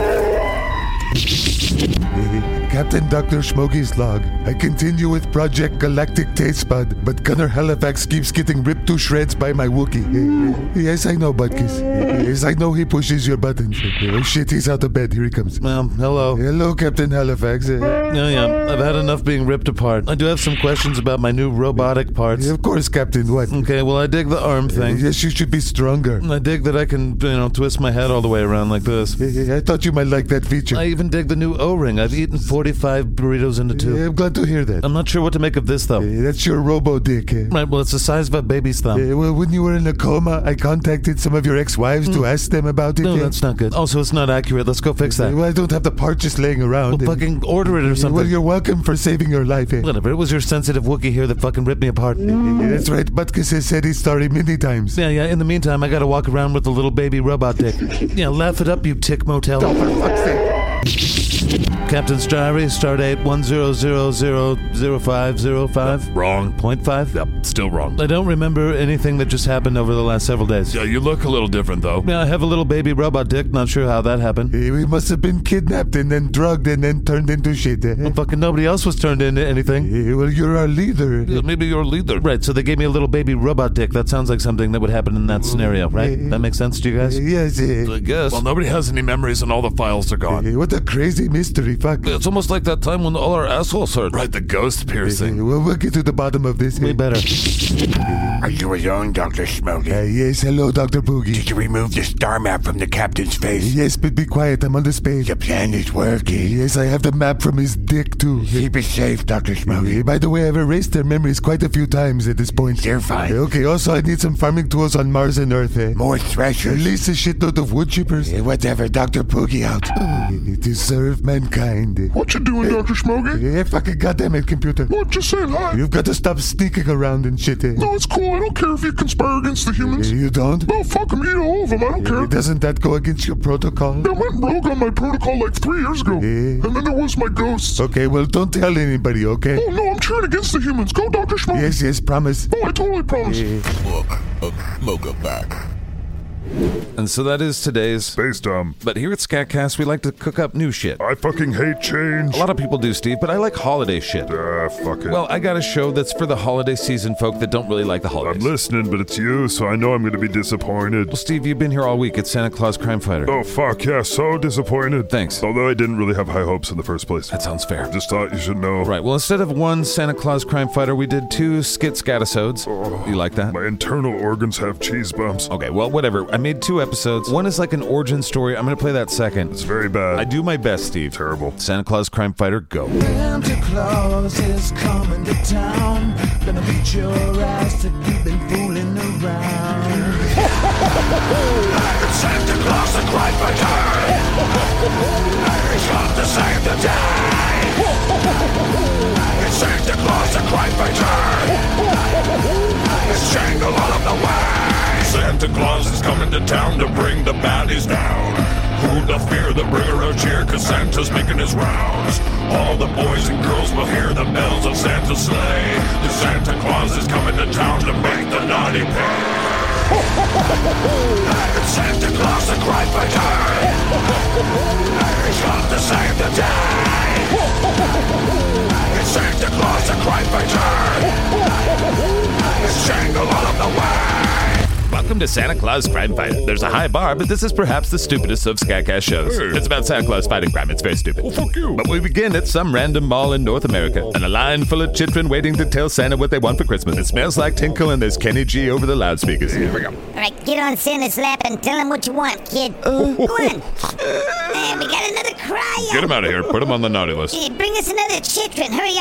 [SPEAKER 9] Eh, Captain Dr. Schmoggy's log. I continue with Project Galactic Taste Bud, but Gunner Halifax keeps getting ripped to shreds by my Wookiee. Eh, eh, Yes, I know, Butkus. Eh, Yes, I know he pushes your buttons. Eh, Oh shit, he's out of bed. Here he comes.
[SPEAKER 3] Um, hello.
[SPEAKER 9] Hello, Captain Halifax. Eh,
[SPEAKER 3] Yeah, yeah. I've had enough being ripped apart. I do have some questions about my new robotic parts.
[SPEAKER 9] Of course, Captain. What?
[SPEAKER 3] Okay, well, I dig the arm thing.
[SPEAKER 9] Yes, you should be stronger.
[SPEAKER 3] Mm. I dig that I can, you know, twist my head all the way around like this.
[SPEAKER 9] Eh, eh, I thought you might like that feature.
[SPEAKER 3] I even dig the new O-ring. I've eaten 45 burritos into
[SPEAKER 9] Yeah,
[SPEAKER 3] two.
[SPEAKER 9] I'm glad to hear that.
[SPEAKER 3] I'm not sure what to make of this, though.
[SPEAKER 9] Eh, that's your robo dick. eh?
[SPEAKER 3] Right, well, it's the size of a baby's thumb.
[SPEAKER 9] Eh, well, when you were in a coma, I contacted some of your ex-wives to ask them about it.
[SPEAKER 3] Mm. No,
[SPEAKER 9] eh?
[SPEAKER 3] that's not good. Also, it's not accurate. Let's go fix
[SPEAKER 9] Eh,
[SPEAKER 3] that.
[SPEAKER 9] Well, I don't have the part just laying around.
[SPEAKER 3] Well,
[SPEAKER 9] eh?
[SPEAKER 3] fucking order it or
[SPEAKER 9] Eh, Well,
[SPEAKER 3] something.
[SPEAKER 9] you're welcome for saving your life. eh?
[SPEAKER 3] Whatever. It was your sensitive Wookiee here that fucking ripped me apart.
[SPEAKER 9] Eh, That's right. Butkus has said his story many times.
[SPEAKER 3] mm. Yeah, yeah. In the meantime, I gotta walk around with a little baby robot dick. yeah, laugh it up, you tick motel.
[SPEAKER 9] Oh, for fuck's sake.
[SPEAKER 3] Captain's Diary, stardate one zero zero zero zero five zero five
[SPEAKER 2] Wrong.
[SPEAKER 3] point five.
[SPEAKER 2] Yep, still wrong.
[SPEAKER 3] I don't remember anything that just happened over the last several days.
[SPEAKER 2] Yeah, you look a little different though.
[SPEAKER 3] Yeah, I have a little baby robot dick. Not sure how that happened.
[SPEAKER 9] Eh, We must have been kidnapped and then drugged and then turned into shit. eh?
[SPEAKER 3] Well, fucking nobody else was turned into anything.
[SPEAKER 9] Eh, Well, you're our leader.
[SPEAKER 2] Yeah, Maybe you're a leader.
[SPEAKER 3] Right, so they gave me a little baby robot dick. That sounds like something that would happen in that scenario, right? That makes sense to you guys?
[SPEAKER 9] Yes. eh.
[SPEAKER 2] I guess. Well, nobody has any memories and all the files are gone.
[SPEAKER 9] Eh, What a crazy mystery. Fuck.
[SPEAKER 2] It's almost like that time when all our assholes hurt. Right, the ghost
[SPEAKER 9] Eh,
[SPEAKER 2] piercing.
[SPEAKER 9] Well, we'll get to the bottom of this.
[SPEAKER 3] Way
[SPEAKER 9] eh?
[SPEAKER 3] better.
[SPEAKER 5] Are you alone, Dr. Smokey?
[SPEAKER 9] Uh, yes, hello, Dr. Boogie.
[SPEAKER 5] Did you remove the star map from the captain's face?
[SPEAKER 9] Yes, but be quiet. I'm on the space.
[SPEAKER 5] The plan is working.
[SPEAKER 9] Yes, I have the map from his dick, too.
[SPEAKER 5] Keep it safe, Dr.
[SPEAKER 9] Uh,
[SPEAKER 5] Smokey.
[SPEAKER 9] By the way, I've erased their memories quite a few times at this point.
[SPEAKER 5] You're fine.
[SPEAKER 9] Uh, Okay, also, I need some farming tools on Mars and Earth. Eh?
[SPEAKER 5] More threshers.
[SPEAKER 9] Release a shitload of wood chippers
[SPEAKER 5] Eh, Whatever, Dr. Poogie out.
[SPEAKER 9] uh, to serve mankind. eh.
[SPEAKER 6] What you doing, Dr. Smoggy?
[SPEAKER 9] Eh, fucking goddamn it, computer.
[SPEAKER 6] What you saying? Hi.
[SPEAKER 9] You've got to stop sneaking around and shit. eh.
[SPEAKER 6] No, it's cool. I don't care if you conspire against the
[SPEAKER 9] Eh,
[SPEAKER 6] humans.
[SPEAKER 9] You don't?
[SPEAKER 6] No, fuck them. Eat all of them. I don't
[SPEAKER 9] Eh,
[SPEAKER 6] care.
[SPEAKER 9] Doesn't that go against your protocol?
[SPEAKER 6] I went rogue on my protocol like three years ago.
[SPEAKER 9] Eh.
[SPEAKER 6] And then there was my ghost.
[SPEAKER 9] Okay, well, don't tell anybody, okay?
[SPEAKER 6] Oh, no, I'm cheering against the humans. Go, Dr. Smoggy.
[SPEAKER 9] Yes, yes, promise.
[SPEAKER 6] Oh, I totally promise.
[SPEAKER 11] And so that is today's.
[SPEAKER 1] Based on.
[SPEAKER 11] But here at Scatcast, we like to cook up new shit.
[SPEAKER 1] I fucking hate change.
[SPEAKER 11] A lot of people do, Steve, but I like holiday shit.
[SPEAKER 1] Ah, fuck it.
[SPEAKER 11] Well, I got a show that's for the holiday season folk that don't really like the
[SPEAKER 1] I'm
[SPEAKER 11] holidays.
[SPEAKER 1] listening, but it's you, so I know I'm gonna be disappointed.
[SPEAKER 11] Well, Steve, you've been here all week. It's Santa Claus Crime Fighter.
[SPEAKER 1] Oh, fuck, yeah, so disappointed.
[SPEAKER 11] Thanks.
[SPEAKER 1] Although I didn't really have high hopes in the first place.
[SPEAKER 11] That sounds fair.
[SPEAKER 1] Just thought you should know.
[SPEAKER 11] Right. Well, instead of one Santa Claus Crime Fighter, we did two Skit Scatisodes. You like that?
[SPEAKER 1] My internal organs have cheese bumps.
[SPEAKER 7] Oh.
[SPEAKER 11] Okay, well, whatever. I made two episodes. One is like an origin story. I'm going to play that second.
[SPEAKER 1] It's very bad.
[SPEAKER 11] I do my best, Steve.
[SPEAKER 1] Terrible.
[SPEAKER 11] Santa Claus Crime Fighter, go.
[SPEAKER 12] Santa Claus is coming to town. Gonna beat your ass if you've been fooling around.
[SPEAKER 6] Santa Claus and Clyde Baton. It's not the same today. It's Santa Claus and Clyde Baton. It's jingle all of the way. Santa Claus is coming to town to bring the baddies down. Who the fear, the bringer of cheer, cause Santa's making his rounds. All the boys and girls will hear the bells of Santa's sleigh. The Santa Claus is coming to town to make the naughty pay. It's Santa Claus and Cry for Joy. It's not the same today. It's Santa Claus and Cry for Joy. It's jingle all of the way.
[SPEAKER 7] Welcome to Santa Claus Crime Fighter. There's a high bar, but this is perhaps the stupidest of Scatcast shows. It's about Santa Claus fighting crime. It's very stupid. Oh, fuck you. But we begin at some random mall in North America, and a line full of children waiting to tell Santa what they want for Christmas. It smells like tinkle, and there's Kenny G over the loudspeakers. Here we go.
[SPEAKER 13] All right, get on Santa's lap and tell him what you want,
[SPEAKER 7] *laughs*
[SPEAKER 13] kid. Go on. Hey, we got another cry
[SPEAKER 7] Get
[SPEAKER 13] out.
[SPEAKER 7] him out of here. Put him on the naughty list.
[SPEAKER 13] Hey, bring us another chitrin. Hurry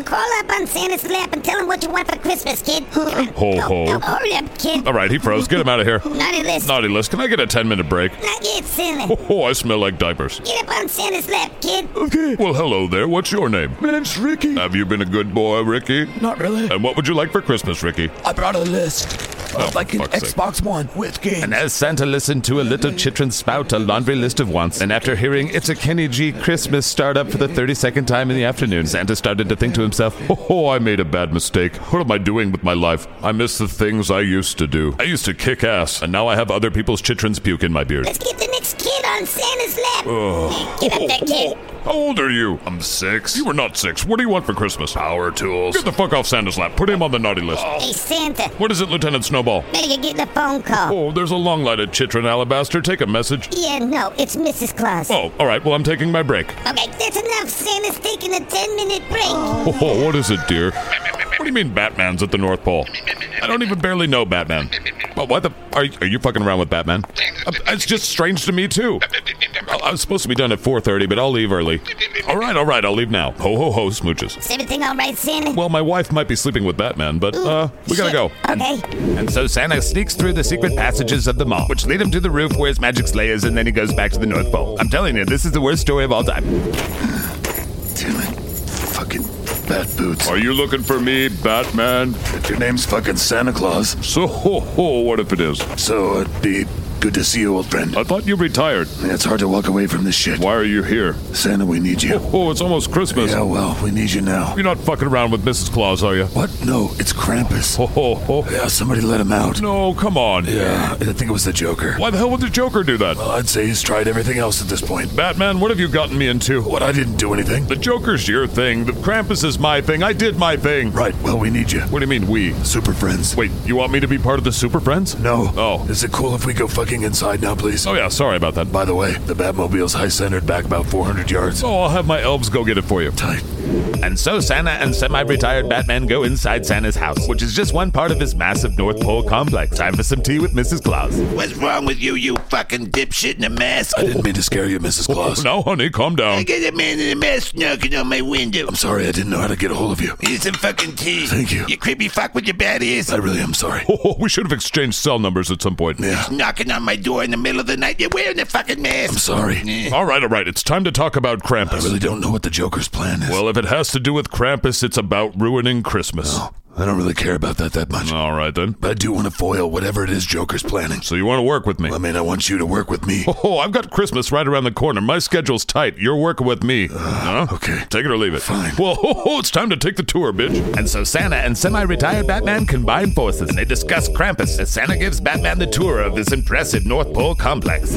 [SPEAKER 13] up. Call up on Santa's lap and tell him what you want for Christmas, kid. Come on.
[SPEAKER 7] Ho, ho.
[SPEAKER 13] Go, go, hurry up, kid.
[SPEAKER 7] All right, he froze. Get him out of here.
[SPEAKER 13] Naughty list.
[SPEAKER 7] Naughty list, can I get a 10 minute break?
[SPEAKER 13] Not yet, Santa.
[SPEAKER 7] Oh, I smell like diapers.
[SPEAKER 13] Get up on Santa's lap, kid.
[SPEAKER 7] Okay. Well, hello there. What's your name?
[SPEAKER 2] My name's Ricky.
[SPEAKER 7] Have you been a good boy, Ricky?
[SPEAKER 12] Not really.
[SPEAKER 7] And what would you like for Christmas, Ricky?
[SPEAKER 12] I brought a list.
[SPEAKER 7] Oh,
[SPEAKER 12] like an
[SPEAKER 7] fuck's sake.
[SPEAKER 12] Xbox One with games.
[SPEAKER 7] As Santa listened to a little chitrin spout a laundry list of wants, and after hearing It's a Kenny G Christmas start up for the 32nd time in the afternoon, Santa started to think to himself, Oh, I made a bad mistake. What am I doing with my life? I miss the things I used to do. I used to kick ass, and now I have other people's chitrins puke in my beard.
[SPEAKER 13] Let's get the next kid on Santa's lap. Hey, get up there, kid.
[SPEAKER 7] How old are you? I'm six. You were not six. What do you want for Christmas? Power tools. Oh. Get the fuck off Santa's lap. Put him on the naughty list.
[SPEAKER 13] Hey, Santa.
[SPEAKER 7] What is it, Lieutenant Snowball?
[SPEAKER 13] Better you get the phone call.
[SPEAKER 7] Oh, there's a long line at Chitrin Alabaster. Take a message.
[SPEAKER 13] Yeah, no, it's Mrs. Claus.
[SPEAKER 7] Oh, all right. Well, I'm taking my break.
[SPEAKER 13] Okay, that's enough. Santa's taking a 10 minute break.
[SPEAKER 7] Oh, what is it, dear? What do you mean Batman's at the North Pole? I don't even barely know Batman. But what the? Are, you- are you fucking around with Batman? Uh, It's just strange to me too. I I was supposed to be done at 4:30, but I'll leave early. All right, all right, I'll leave now. Ho ho ho, smooches.
[SPEAKER 13] Is everything all right, Santa?
[SPEAKER 7] Well, my wife might be sleeping with Batman, but uh, we gotta go.
[SPEAKER 13] Okay.
[SPEAKER 14] And so Santa sneaks through the secret passages of the mall, which lead him to the roof where his magic sleigh is, and then he goes back to the North Pole. I'm telling you, this is the worst story of all time.
[SPEAKER 4] Fucking bat boots.
[SPEAKER 7] Are you looking for me, Batman?
[SPEAKER 4] If your name's fucking Santa Claus.
[SPEAKER 7] So, ho, ho, what if it is?
[SPEAKER 4] So, it'd be good to see you, old friend.
[SPEAKER 7] I thought you retired.
[SPEAKER 4] Yeah, it's hard to walk away from this shit.
[SPEAKER 7] Why are you here?
[SPEAKER 4] Santa, we need you.
[SPEAKER 7] Oh, it's almost Christmas.
[SPEAKER 4] Yeah, well, we need you now.
[SPEAKER 7] You're not fucking around with Mrs. Claus, are you?
[SPEAKER 4] What? No, it's Krampus.
[SPEAKER 7] Ho, ho, ho.
[SPEAKER 4] Yeah, somebody let him out.
[SPEAKER 7] No, come on.
[SPEAKER 4] Yeah, I think it was the Joker.
[SPEAKER 7] Why the hell would the Joker do that?
[SPEAKER 4] Well, I'd say he's tried everything else at this point.
[SPEAKER 7] Batman, what have you gotten me into?
[SPEAKER 4] What, I didn't do anything?
[SPEAKER 7] The Joker's your thing. The Krampus is my thing. I did my thing.
[SPEAKER 4] Right, well, we need you.
[SPEAKER 7] What do you mean, we?
[SPEAKER 4] Super friends.
[SPEAKER 7] Wait, you want me to be part of the Super Friends?
[SPEAKER 4] No.
[SPEAKER 7] Oh.
[SPEAKER 4] Is it cool if we go fucking inside now, please?
[SPEAKER 7] Oh, yeah, sorry about that.
[SPEAKER 4] By the way, the Batmobile's high centered back about 400 yards.
[SPEAKER 7] Oh, I'll have my elves go get it for you.
[SPEAKER 4] Tight.
[SPEAKER 14] And so Santa and semi retired Batman go inside Santa's house, which is just one part of his massive North Pole complex. Time for some tea with Mrs. Claus.
[SPEAKER 2] What's wrong with you, you fucking dipshit in a mask?
[SPEAKER 4] I didn't mean to scare you, Mrs.
[SPEAKER 7] Oh.
[SPEAKER 4] Claus.
[SPEAKER 7] Now, honey, calm
[SPEAKER 2] I
[SPEAKER 7] down.
[SPEAKER 2] got a man in a mask knocking on my window.
[SPEAKER 4] I'm sorry, I didn't know how to get a hold of you.
[SPEAKER 2] Here's some fucking tea.
[SPEAKER 4] Thank you.
[SPEAKER 2] You creepy fuck with your bad ears.
[SPEAKER 4] I really am sorry.
[SPEAKER 7] *laughs* Oh, we should have exchanged cell numbers at some point.
[SPEAKER 4] Yeah,
[SPEAKER 2] Knocking on my door in the middle of the night. You're wearing a fucking mask.
[SPEAKER 4] I'm sorry.
[SPEAKER 7] All right, all right. It's time to talk about
[SPEAKER 4] I
[SPEAKER 7] Krampus.
[SPEAKER 4] really don't know what the Joker's plan is.
[SPEAKER 7] Well, if it has to do with Krampus, it's about ruining Christmas.
[SPEAKER 14] Oh.
[SPEAKER 4] I don't really care about that that much.
[SPEAKER 7] All right, then.
[SPEAKER 4] But I do want to foil whatever it is Joker's planning.
[SPEAKER 7] So you want to work with me? *laughs*
[SPEAKER 4] I mean, I want you to work with me.
[SPEAKER 7] Oh, I've got Christmas right around the corner. My schedule's tight. You're working with me.
[SPEAKER 14] Uh,
[SPEAKER 7] huh?
[SPEAKER 4] okay.
[SPEAKER 7] Take it or leave it.
[SPEAKER 4] Fine.
[SPEAKER 7] Well, *laughs* ho, ho, it's time to take the tour, bitch.
[SPEAKER 14] And so Santa and semi retired Batman combine forces and they discuss Krampus as Santa gives Batman the tour of this impressive North Pole complex.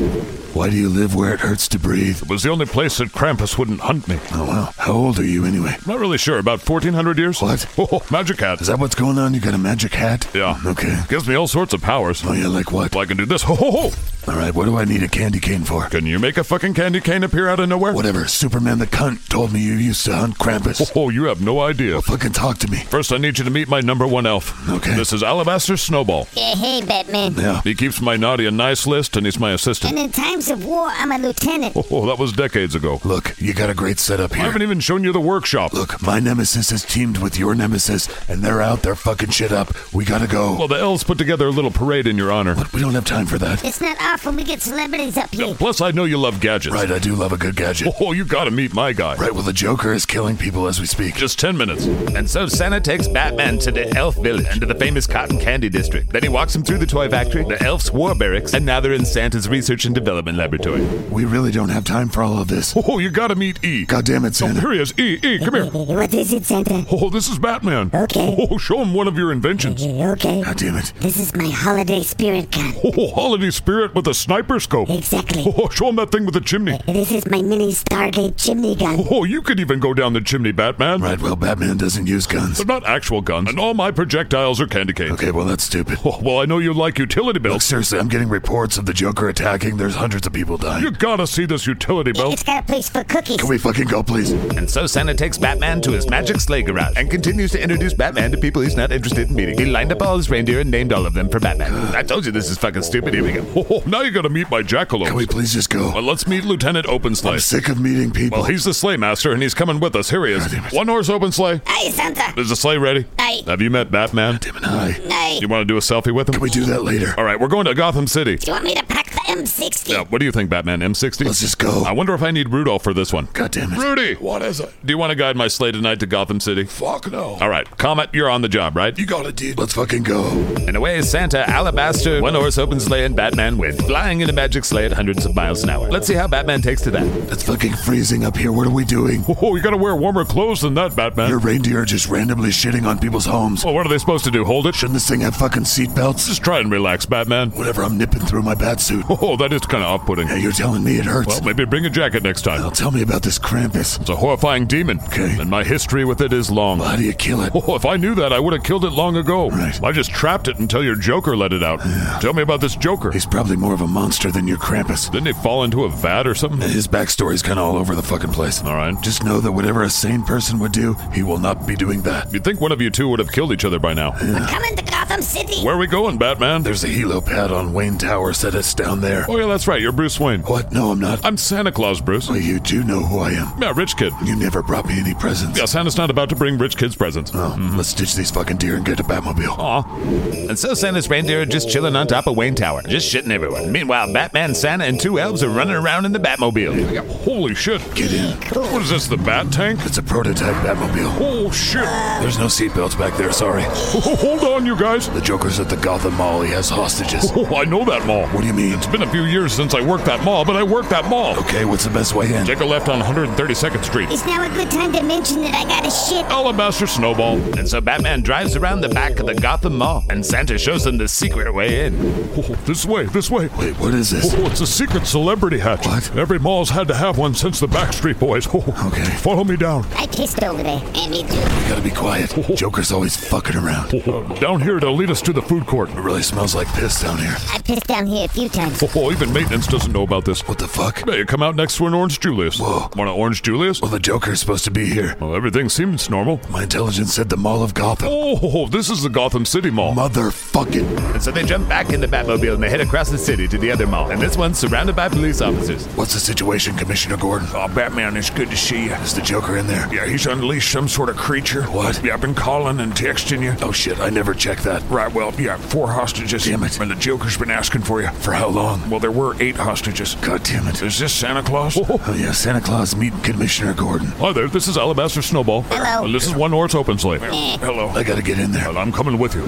[SPEAKER 4] Why do you live where it hurts to breathe?
[SPEAKER 7] It was the only place that Krampus wouldn't hunt me.
[SPEAKER 4] Oh, wow. How old are you anyway?
[SPEAKER 7] Not really sure. About 1,400 years?
[SPEAKER 4] What?
[SPEAKER 7] Oh, magic hat.
[SPEAKER 4] Is that what's going on? You got a magic hat?
[SPEAKER 7] Yeah.
[SPEAKER 4] Okay.
[SPEAKER 7] Gives me all sorts of powers.
[SPEAKER 4] Oh, yeah, like what?
[SPEAKER 7] Well, I can do this. Ho, ho, ho.
[SPEAKER 4] All right, what do I need a candy cane for?
[SPEAKER 7] Can you make a fucking candy cane appear out of nowhere?
[SPEAKER 4] Whatever. Superman the cunt told me you used to hunt Krampus.
[SPEAKER 7] Oh, you have no idea.
[SPEAKER 4] Fucking talk to me.
[SPEAKER 7] First, I need you to meet my number one elf.
[SPEAKER 4] Okay.
[SPEAKER 7] This is Alabaster Snowball.
[SPEAKER 13] Yeah, hey, Batman.
[SPEAKER 4] Yeah.
[SPEAKER 7] He keeps my naughty and nice list, and he's my
[SPEAKER 13] And
[SPEAKER 7] assistant.
[SPEAKER 13] in times of war, I'm a lieutenant.
[SPEAKER 7] Oh, that was decades ago.
[SPEAKER 4] Look, you got a great setup
[SPEAKER 7] I
[SPEAKER 4] here.
[SPEAKER 7] haven't even shown you the workshop.
[SPEAKER 4] Look, my nemesis is teamed with your nemesis, and they're out there fucking shit up. We gotta go.
[SPEAKER 7] Well, the elves put together a little parade in your honor.
[SPEAKER 4] But we don't have time for that.
[SPEAKER 13] It's not often we get celebrities up here.
[SPEAKER 7] Plus, I know you love gadgets.
[SPEAKER 4] Right, I do love a good gadget.
[SPEAKER 7] Oh, you gotta meet my guy.
[SPEAKER 4] Right, well, the Joker is killing people as we speak.
[SPEAKER 7] Just 10 minutes.
[SPEAKER 14] And so Santa takes Batman to the elf village and to the famous cotton candy district. Then he walks him through the toy factory, the elf's war barracks, and now they're in Santa's research and development laboratory.
[SPEAKER 4] We really don't have time for all of this.
[SPEAKER 7] Oh, you gotta meet E.
[SPEAKER 4] God damn it,
[SPEAKER 7] Oh,
[SPEAKER 4] Santa.
[SPEAKER 7] here he is. E, E, come here.
[SPEAKER 13] *laughs* What is it, Santa?
[SPEAKER 7] Oh, this is Batman.
[SPEAKER 13] Okay.
[SPEAKER 7] Oh, show him one of your inventions.
[SPEAKER 13] Okay.
[SPEAKER 4] God damn it.
[SPEAKER 13] This is my holiday spirit gun.
[SPEAKER 7] Oh, holiday spirit with a sniper scope.
[SPEAKER 13] Exactly.
[SPEAKER 7] Oh, show him that thing with the chimney.
[SPEAKER 13] This is my mini Stargate chimney gun.
[SPEAKER 7] Oh, you could even go down the chimney, Batman.
[SPEAKER 4] Right, well, Batman doesn't use guns.
[SPEAKER 7] They're not actual guns, and all my projectiles are candy canes.
[SPEAKER 4] Okay, well, that's stupid.
[SPEAKER 7] Oh, well, I know you like utility
[SPEAKER 4] Look,
[SPEAKER 7] belts.
[SPEAKER 4] seriously, I'm getting reports of the Joker attacking. There's hundreds of people
[SPEAKER 7] You
[SPEAKER 4] dying.
[SPEAKER 7] gotta see this utility belt.
[SPEAKER 13] It's got a place for cookies.
[SPEAKER 4] Can we fucking go, please?
[SPEAKER 14] And so Santa takes Batman to his magic sleigh garage and continues to introduce Batman to people he's not interested in meeting. He lined up all his reindeer and named all of them for Batman. I told you this is fucking stupid. Here we go.
[SPEAKER 7] Oh, now you gotta meet my
[SPEAKER 4] Can we
[SPEAKER 7] jackalope.
[SPEAKER 4] please just go?
[SPEAKER 7] Well, let's meet Lieutenant
[SPEAKER 4] I'm
[SPEAKER 7] Opensleigh.
[SPEAKER 4] sick of meeting people.
[SPEAKER 7] Well, he's the sleigh master, and he's coming with us. Here he is. One horse open sleigh.
[SPEAKER 13] Hey, Santa.
[SPEAKER 7] Is the sleigh ready?
[SPEAKER 13] Aye.
[SPEAKER 7] Have you met Batman?
[SPEAKER 4] Damn it, hi.
[SPEAKER 13] Hey,
[SPEAKER 7] You want to do a selfie with him?
[SPEAKER 4] Can we do that later?
[SPEAKER 7] All right, we're going to Gotham City.
[SPEAKER 13] do you want me to pack the M60?
[SPEAKER 7] Yeah, what do you think, Batman? M60?
[SPEAKER 4] Let's just go.
[SPEAKER 7] I wonder if I need Rudolph for this one.
[SPEAKER 4] God damn it.
[SPEAKER 7] Rudy!
[SPEAKER 2] What is it?
[SPEAKER 7] Do you want to guide my sleigh tonight to Gotham City?
[SPEAKER 2] Fuck no.
[SPEAKER 7] All right, Comet, you're on the job, right?
[SPEAKER 2] You got it, dude.
[SPEAKER 4] Let's fucking go.
[SPEAKER 14] And away is Santa, Alabaster, One Horse Open Sleigh, and Batman win, flying in a magic sleigh at hundreds of miles an hour. Let's see how Batman takes to that.
[SPEAKER 4] It's fucking freezing up here. What are we doing?
[SPEAKER 7] Oh, you gotta wear warmer clothes than that, Batman.
[SPEAKER 4] Your reindeer are just randomly shitting on people's homes.
[SPEAKER 7] Well, what are they supposed to do? Hold it?
[SPEAKER 4] Shouldn't this thing have fucking seatbelts?
[SPEAKER 7] Just try and relax, Batman.
[SPEAKER 4] Whatever, I'm nipping through my bat suit.
[SPEAKER 7] Oh, that is kind of off-putting.
[SPEAKER 4] you're telling me it hurts.
[SPEAKER 7] Well, maybe bring a jacket next time. Well,
[SPEAKER 4] tell me about this Krampus.
[SPEAKER 7] It's a horrifying demon. Okay. And my history with it is long.
[SPEAKER 4] How do you kill it?
[SPEAKER 7] Oh, if I knew that, I would have killed it long ago. Right. I just trapped it until your Joker let it out. Tell me about this Joker.
[SPEAKER 4] He's probably more of a monster than your Krampus.
[SPEAKER 7] Didn't he fall into a vat or something?
[SPEAKER 4] His backstory's kind of all over the fucking place.
[SPEAKER 7] All right.
[SPEAKER 4] Just know that whatever a sane person would do, he will not be doing that.
[SPEAKER 7] You'd think one of you two would have killed each other by now.
[SPEAKER 13] We're coming to Gotham City.
[SPEAKER 7] Where are we going, Batman?
[SPEAKER 4] There's a helo pad on Wayne Tower set us down there.
[SPEAKER 7] Oh, yeah, that's right. You're Bruce Wayne.
[SPEAKER 4] What? No, I'm not.
[SPEAKER 7] I'm Santa Claus, Bruce.
[SPEAKER 4] Well, you do know who I am.
[SPEAKER 7] Yeah, rich kid.
[SPEAKER 4] You never brought me any presents.
[SPEAKER 7] Yeah, Santa's not about to bring rich kids presents.
[SPEAKER 4] Oh, let's ditch these fucking deer and get to Batmobile.
[SPEAKER 14] Aw. And so Santa's reindeer are just chilling on top of Wayne Tower, just shitting everywhere. Meanwhile, Batman, Santa, and two elves are running around in the Batmobile.
[SPEAKER 7] Holy shit.
[SPEAKER 4] Get in.
[SPEAKER 7] What is this, the Bat Tank?
[SPEAKER 4] It's a prototype Batmobile.
[SPEAKER 7] Oh, shit.
[SPEAKER 4] There's no seatbelts back there, sorry.
[SPEAKER 7] Hold on, you guys.
[SPEAKER 4] The Joker's at the Gotham Mall. He has hostages.
[SPEAKER 7] Oh, I know that mall.
[SPEAKER 4] What do you mean?
[SPEAKER 7] It's been a few years since I worked that mall, but I worked that mall.
[SPEAKER 4] Okay, what's the best way in?
[SPEAKER 7] Take a left on 132nd Street.
[SPEAKER 13] It's now a good time to mention that I got a shit.
[SPEAKER 7] Alabaster Snowball.
[SPEAKER 14] And so Batman drives around the back of the Gotham Mall, and Santa shows them the secret way in.
[SPEAKER 7] Oh, this way, this way.
[SPEAKER 4] Wait, what is this?
[SPEAKER 7] Oh, it's a secret celebrity hatch.
[SPEAKER 4] What?
[SPEAKER 7] Every mall's had to have one since the Backstreet Boys. Oh,
[SPEAKER 4] Okay.
[SPEAKER 7] Follow me down.
[SPEAKER 13] I pissed over there. And me too.
[SPEAKER 4] You gotta be quiet. Joker's always fucking around.
[SPEAKER 7] Oh, down here, it'll lead us to the food court.
[SPEAKER 4] It really smells like piss down here.
[SPEAKER 13] I pissed down here a few times.
[SPEAKER 7] Oh, even maintenance doesn't know about this.
[SPEAKER 4] What the fuck?
[SPEAKER 7] Hey, come out next to an Orange Julius.
[SPEAKER 4] Whoa.
[SPEAKER 7] Want an Orange Julius?
[SPEAKER 4] Well, the Joker's supposed to be here.
[SPEAKER 7] Well, everything seems normal.
[SPEAKER 4] My intelligence said the Mall of Gotham.
[SPEAKER 7] Oh, this is the Gotham City Mall.
[SPEAKER 4] Motherfucking.
[SPEAKER 14] And so they jump back in the Batmobile and they head across the city to the other mall. And this one's surrounded by police officers.
[SPEAKER 4] What's the situation, Commissioner Gordon?
[SPEAKER 2] Oh, Batman, it's good to see you.
[SPEAKER 4] Is the Joker in there?
[SPEAKER 2] Yeah, he's unleashed some sort of creature.
[SPEAKER 4] What?
[SPEAKER 2] Yeah, I've been calling and texting you.
[SPEAKER 4] Oh shit, I never checked that.
[SPEAKER 2] Right,
[SPEAKER 7] oh,
[SPEAKER 2] well, yeah, four hostages.
[SPEAKER 4] Damn it.
[SPEAKER 2] And the Joker's been asking for you.
[SPEAKER 4] For how long?
[SPEAKER 2] Well, there were eight hostages.
[SPEAKER 4] God damn it.
[SPEAKER 2] Is this Santa Claus?
[SPEAKER 4] Oh yeah, Santa Claus meeting Commissioner Gordon.
[SPEAKER 7] Hi there, this is Alabaster Snowball.
[SPEAKER 13] Hello.
[SPEAKER 7] And this is One Horse Open Sleigh.
[SPEAKER 2] Hello.
[SPEAKER 4] I gotta get in there.
[SPEAKER 7] And I'm coming with you.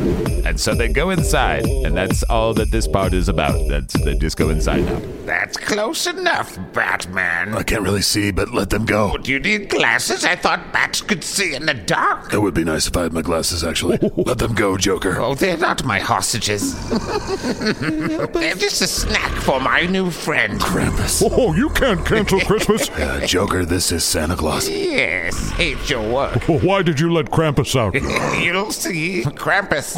[SPEAKER 14] And so they go inside, and that's all that this part is about. That's they just go inside now.
[SPEAKER 8] That's close enough, Batman.
[SPEAKER 4] I can't really see, but let them go.
[SPEAKER 8] Do you need glasses? I thought bats could see in the dark.
[SPEAKER 4] That would be nice if I had my glasses, actually.
[SPEAKER 2] *laughs*
[SPEAKER 4] Let them go, Joker.
[SPEAKER 8] Oh, they're not my *laughs* hostages. they're just a snack for my new friend.
[SPEAKER 4] Krampus.
[SPEAKER 7] Oh, you can't cancel *laughs* Christmas.
[SPEAKER 2] *laughs*
[SPEAKER 4] Uh, Joker, this is Santa Claus.
[SPEAKER 8] Yes, hate your work.
[SPEAKER 7] Well, why did you let Krampus out?
[SPEAKER 8] You'll see. Krampus.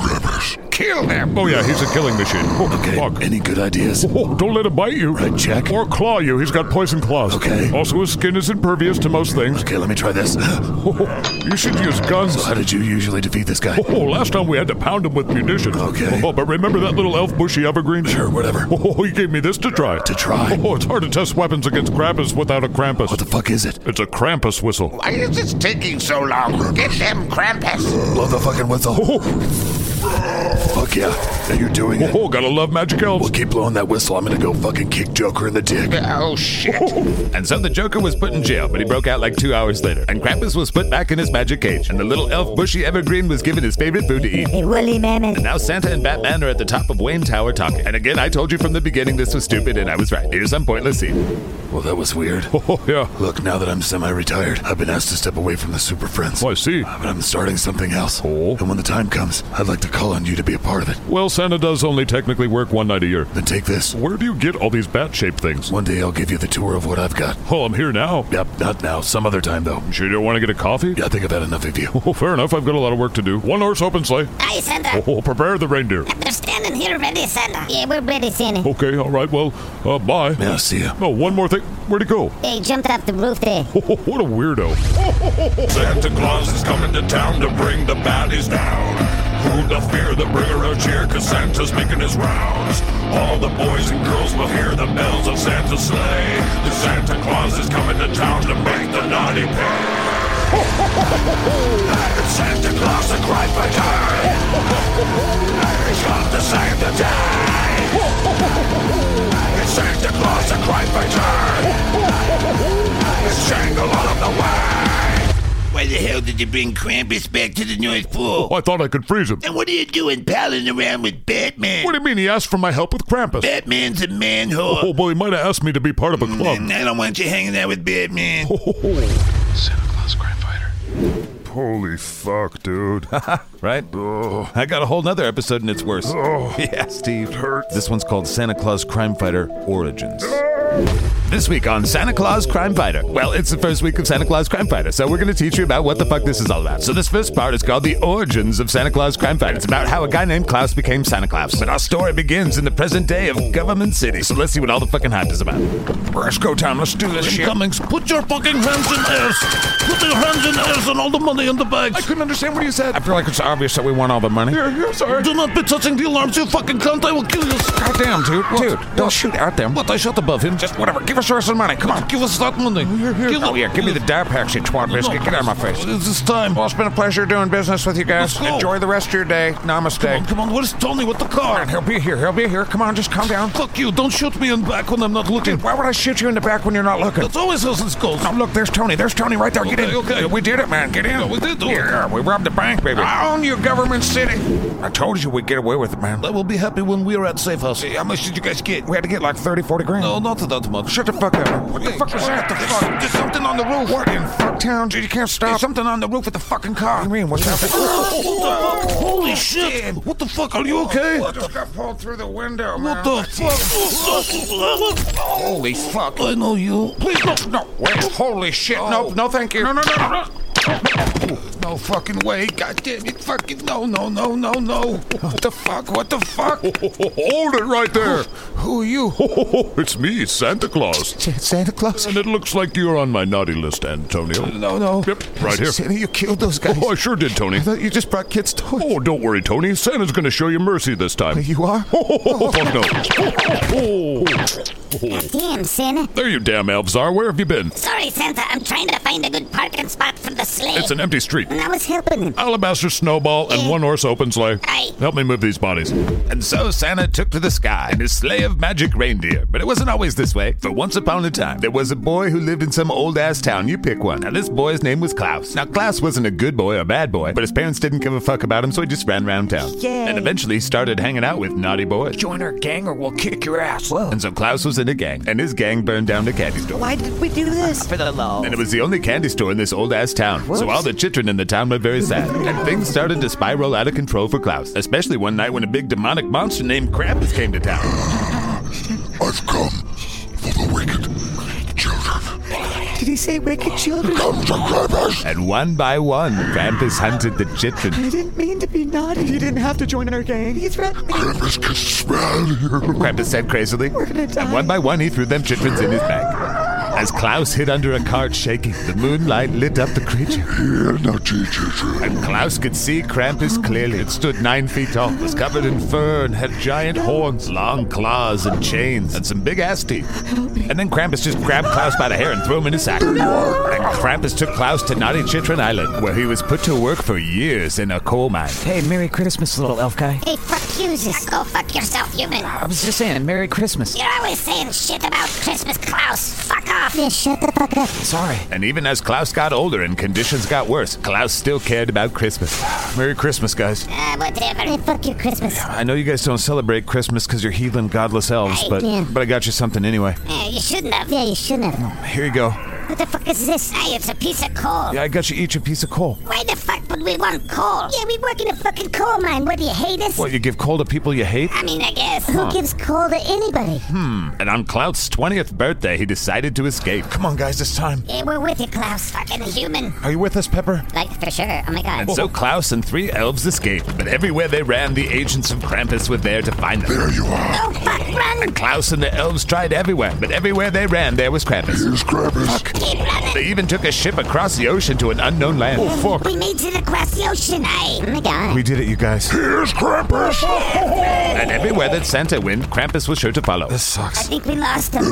[SPEAKER 8] Kill them.
[SPEAKER 7] Oh, yeah, he's a killing machine. Oh,
[SPEAKER 4] Okay,
[SPEAKER 7] fuck.
[SPEAKER 4] any good ideas?
[SPEAKER 7] Oh, don't let him bite you.
[SPEAKER 4] Right, check.
[SPEAKER 7] Or claw you. He's got poison claws.
[SPEAKER 4] Okay.
[SPEAKER 7] Also, his skin is impervious to most things.
[SPEAKER 4] Okay, let me try this. *gasps* So
[SPEAKER 7] *laughs* Oh, you should use guns.
[SPEAKER 4] how did you usually defeat
[SPEAKER 2] *laughs*
[SPEAKER 4] this guy?
[SPEAKER 7] Oh, last time we had to pound him with munitions.
[SPEAKER 4] Okay.
[SPEAKER 7] Oh, but remember that little elf bushy evergreen?
[SPEAKER 4] Sure, whatever.
[SPEAKER 7] Oh, he gave me this to try.
[SPEAKER 4] To
[SPEAKER 2] *laughs*
[SPEAKER 4] try?
[SPEAKER 7] Oh, it's hard to test weapons against Krampus without a Krampus.
[SPEAKER 4] What the fuck is it?
[SPEAKER 7] It's a Krampus whistle.
[SPEAKER 8] Why is this taking so long? Get them, Krampus.
[SPEAKER 4] Blow the fucking whistle.
[SPEAKER 2] *laughs*
[SPEAKER 7] Oh,
[SPEAKER 4] Fuck yeah. yeah. You're
[SPEAKER 2] *laughs*
[SPEAKER 4] doing it.
[SPEAKER 7] oh, gotta love magic elves.
[SPEAKER 4] Well, keep blowing that whistle. I'm gonna go fucking kick Joker in the dick.
[SPEAKER 8] Oh, shit.
[SPEAKER 14] And so the Joker was put in jail, but he broke out like two hours later. And Krampus was put back in his magic cage. And the little elf Bushy Evergreen was given his favorite food to eat.
[SPEAKER 13] Hey, woolly mammoth.
[SPEAKER 14] And now Santa and Batman are at the top of Wayne Tower talking. And again, I told you from the beginning this was stupid, and I was right. Here's some pointless scene. *laughs*
[SPEAKER 4] Well, that was weird.
[SPEAKER 2] *laughs*
[SPEAKER 7] Oh, yeah.
[SPEAKER 4] Look, now that I'm semi-retired, I've been asked to step away from the Super Friends.
[SPEAKER 7] Oh, I see.
[SPEAKER 4] But I'm starting something else.
[SPEAKER 7] Oh.
[SPEAKER 4] And when the time comes, I'd like to call on you to be a part of it.
[SPEAKER 7] Well, Santa does only technically work one night a year.
[SPEAKER 4] Then take this.
[SPEAKER 7] Where do you get all these bat shaped things?
[SPEAKER 4] One day I'll give you the tour of what I've got.
[SPEAKER 7] Well, I'm here now.
[SPEAKER 4] Yep, not now. Some other time, though. *laughs*
[SPEAKER 7] Sure, you don't want to get a coffee?
[SPEAKER 4] Yeah, I think I've had enough of you.
[SPEAKER 7] Oh, fair enough. I've got a lot of work to do. One horse open sleigh.
[SPEAKER 13] Hi, Santa.
[SPEAKER 7] Oh, prepare the reindeer.
[SPEAKER 13] They're standing here ready, Santa. Yeah, we're ready, Santa.
[SPEAKER 7] Okay, all right. Well, uh, bye.
[SPEAKER 4] Yeah, see ya.
[SPEAKER 7] Oh, one more thing. Where'd he go? *laughs*
[SPEAKER 13] They jumped off the roof there.
[SPEAKER 7] Oh, what a weirdo.
[SPEAKER 6] *laughs* Santa Claus is coming to town to bring the baddies down. Who the fear, the bringer of cheer, cause Santa's making his rounds. All the boys and girls will hear the bells of Santa's sleigh. The Santa Claus is coming to town to make the naughty pay. *laughs* It's Santa Claus, the cry for joy. He's come to save the day. It's Santa Claus, the cry for joy. It's jingle all of the way.
[SPEAKER 8] Why the hell did you bring Krampus back to the North Pole?
[SPEAKER 3] Oh,
[SPEAKER 7] I thought I could freeze him.
[SPEAKER 8] And what are you doing palling around with Batman?
[SPEAKER 7] What do you mean he asked for my help with Krampus?
[SPEAKER 8] Batman's a man whore.
[SPEAKER 7] Oh, well, he might have asked me to be part of a club.
[SPEAKER 8] And I don't want you hanging out with Batman.
[SPEAKER 7] Oh,
[SPEAKER 15] Santa Claus crime fighter.
[SPEAKER 16] Holy fuck,
[SPEAKER 7] *laughs*
[SPEAKER 16] dude.
[SPEAKER 4] right? I got a whole nother episode and it's worse.
[SPEAKER 16] Oh.
[SPEAKER 4] yeah, Steve. hurts. This one's called Santa Claus Crime Fighter Origins.
[SPEAKER 3] This week on Santa Claus Crime Fighter.
[SPEAKER 4] Well, it's the first week of Santa Claus Crime Fighter, so we're going to teach you about what the fuck this is all about. So, this first part is called The Origins of Santa Claus Crime Fighter. It's about how a guy named Klaus became Santa Claus. But our story begins in the present day of Government City. So, let's see what all the fucking hype is about. Let's go, Tom. Let's do this shit.
[SPEAKER 17] Cummings, put your fucking hands in airs. Put your hands in airs and all the money in the bags. I
[SPEAKER 3] couldn't understand what you said.
[SPEAKER 4] I feel like it's obvious that we want all the money.
[SPEAKER 17] I'm sorry. Do not be touching the alarms, you fucking cunt. I will kill you.
[SPEAKER 4] Goddamn, dude. Dude, don't shoot out there.
[SPEAKER 17] What? I shot above him.
[SPEAKER 4] Just whatever. Give us the rest of the money. Come on.
[SPEAKER 17] Give us that money. Give
[SPEAKER 4] Oh,
[SPEAKER 17] it-
[SPEAKER 4] yeah. Give me the dye packs, you twat biscuit. Get out of my face.
[SPEAKER 17] It's this time.
[SPEAKER 4] Well, it's been a pleasure doing business with you guys.
[SPEAKER 17] Let's go.
[SPEAKER 4] Enjoy the rest of your day. Namaste.
[SPEAKER 17] Come on, where's Tony with the car?
[SPEAKER 4] He'll be here. He'll be here. Come on, just calm down.
[SPEAKER 17] Fuck you. Don't shoot me in the back when I'm not looking.
[SPEAKER 4] Why would I shoot you in the back when you're not looking?
[SPEAKER 17] That's always how this goes.
[SPEAKER 4] Oh, look, there's Tony. There's Tony right there. Get in.
[SPEAKER 17] Okay, okay.
[SPEAKER 4] We did it, man. Get in.
[SPEAKER 17] we did do it.
[SPEAKER 4] yeah, we robbed the bank, baby. I own you, government city. I told you we'd get away with it, man.
[SPEAKER 17] I will be happy when we're at safe house.
[SPEAKER 4] How much did you guys get? We had to get like 30, 40 grand.
[SPEAKER 17] No, not that much.
[SPEAKER 4] Shut the fuck up. What the fuck was that? The fuck?
[SPEAKER 17] There's something on the roof.
[SPEAKER 4] What in fuck town? Dude, you can't stop.
[SPEAKER 17] There's something on the roof of the fucking car. Oh,
[SPEAKER 4] What do you mean? What's happening?
[SPEAKER 17] What the fuck? Holy shit! What the fuck? Are you okay? What the,
[SPEAKER 4] got pulled through the window,
[SPEAKER 17] fuck?
[SPEAKER 4] Holy fuck.
[SPEAKER 17] I know you. Please no.
[SPEAKER 4] No, wait, holy shit. No, no, thank you. No, no, no, no. No fucking way. God damn it. Fucking no,
[SPEAKER 3] Oh,
[SPEAKER 4] no, no, no, no. What the fuck? What the fuck?
[SPEAKER 1] Hold it right
[SPEAKER 7] *laughs*
[SPEAKER 1] there.
[SPEAKER 4] Who are you?
[SPEAKER 1] It's me, Santa Claus.
[SPEAKER 4] Santa Claus?
[SPEAKER 1] And it looks like you're on my naughty list, Antonio.
[SPEAKER 4] No, no.
[SPEAKER 1] Yep, right here.
[SPEAKER 4] Santa, you killed those guys.
[SPEAKER 1] Oh, I sure did, Tony.
[SPEAKER 4] I thought you just brought kids toys.
[SPEAKER 1] Oh, don't worry, Tony. Santa's going to show you mercy this time.
[SPEAKER 4] You are?
[SPEAKER 1] Oh, fuck no. Oh,
[SPEAKER 13] Damn, Santa.
[SPEAKER 1] There you damn elves are. Where have you been?
[SPEAKER 13] Sorry, Santa. I'm trying to find a good parking spot for the sleigh.
[SPEAKER 1] It's an empty street.
[SPEAKER 13] and I was helping him.
[SPEAKER 1] Alabaster snowball and one horse open sleigh.
[SPEAKER 13] Aye.
[SPEAKER 1] Help me move these bodies.
[SPEAKER 3] And so Santa took to the sky in his sleigh of magic reindeer. But it wasn't always this way. For once upon a time, there was a boy who lived in some old ass town. You pick one. Now, this boy's name was Klaus. Now, Klaus wasn't a good boy or a bad boy, but his parents didn't give a fuck about him, so he just ran around town. And eventually, he started hanging out with naughty boys.
[SPEAKER 7] Join our gang or we'll kick your ass. Whoa.
[SPEAKER 3] And so Klaus was in a gang, and his gang burned down the candy store.
[SPEAKER 7] Why did we do this? For the law.
[SPEAKER 3] And it was the only candy store in this old ass town. So all the children in the town were very sad. And things started to spiral out of control for Klaus, especially one night when a big demonic monster named Krampus came to town.
[SPEAKER 18] I've come for the wicked children.
[SPEAKER 7] Did he say wicked children?
[SPEAKER 18] Come to Krampus.
[SPEAKER 3] And one by one, Krampus hunted the children.
[SPEAKER 7] I didn't mean to be naughty. You didn't have to join our gang. He threatened me.
[SPEAKER 18] Krampus can smell you.
[SPEAKER 3] Krampus said crazily.
[SPEAKER 7] We're gonna die.
[SPEAKER 3] And one by one, he threw them chitrins in his bag. As Klaus hid under a cart shaking, the moonlight lit up the creature.
[SPEAKER 18] Here, now teach children.
[SPEAKER 3] And Klaus could see Krampus clearly. It stood nine feet tall, was covered in fur, and had giant horns, long claws, and chains, and some big ass teeth. And then Krampus just grabbed Klaus by the hair and threw him in his sack. And Krampus took Klaus to Naughty Chitrin Island, where he was put to work for years in a coal mine.
[SPEAKER 7] Hey, Merry Christmas, little elf guy.
[SPEAKER 13] Hey, fuck you, just go fuck yourself, human.
[SPEAKER 7] I was just saying, Merry Christmas.
[SPEAKER 13] You're always saying shit about Christmas, Klaus. Fuck off. Yeah, shut the fuck up.
[SPEAKER 7] Sorry.
[SPEAKER 3] And even as Klaus got older and conditions got worse, Klaus still cared about Christmas. Merry Christmas, guys.
[SPEAKER 13] Uh, whatever. Hey, fuck your Christmas.
[SPEAKER 4] I know you guys don't celebrate Christmas because you're heathen, godless elves,
[SPEAKER 13] Hey,
[SPEAKER 4] but
[SPEAKER 13] yeah.
[SPEAKER 4] but I got you something anyway.
[SPEAKER 13] Yeah, you shouldn't have. Yeah, you shouldn't have.
[SPEAKER 4] Here you go.
[SPEAKER 13] What the fuck is this? Hey, it's a piece of coal.
[SPEAKER 4] Yeah, I got you each a piece of coal.
[SPEAKER 13] Why the fuck would we want coal? Yeah, we work in a fucking coal mine. What, do you hate us?
[SPEAKER 4] What, you give coal to people you hate?
[SPEAKER 13] I mean, I guess. Who gives coal to anybody?
[SPEAKER 3] And on Klaus' 20th birthday, he decided to escape.
[SPEAKER 4] Come on, guys, it's time.
[SPEAKER 13] Yeah, we're with you, Klaus. Fucking human.
[SPEAKER 4] Are you with us, Pepper?
[SPEAKER 13] Like, for sure. Oh my god.
[SPEAKER 3] And so Klaus and three elves escaped, but everywhere they ran, the agents of Krampus were there to find them.
[SPEAKER 18] There you are.
[SPEAKER 13] Oh, fuck, run!
[SPEAKER 3] Klaus and the elves tried everywhere, but everywhere they ran, there was Krampus.
[SPEAKER 18] Here's Krampus.
[SPEAKER 13] Keep running!
[SPEAKER 3] They even took a ship across the ocean to an unknown land. Oh,
[SPEAKER 13] We made it across the ocean. Aye. Oh my god.
[SPEAKER 4] We did it, you guys.
[SPEAKER 18] Here's
[SPEAKER 13] *laughs*
[SPEAKER 18] Krampus.
[SPEAKER 3] And everywhere that Santa went, Krampus was sure to follow.
[SPEAKER 4] This
[SPEAKER 13] I
[SPEAKER 4] sucks.
[SPEAKER 13] think we lost him.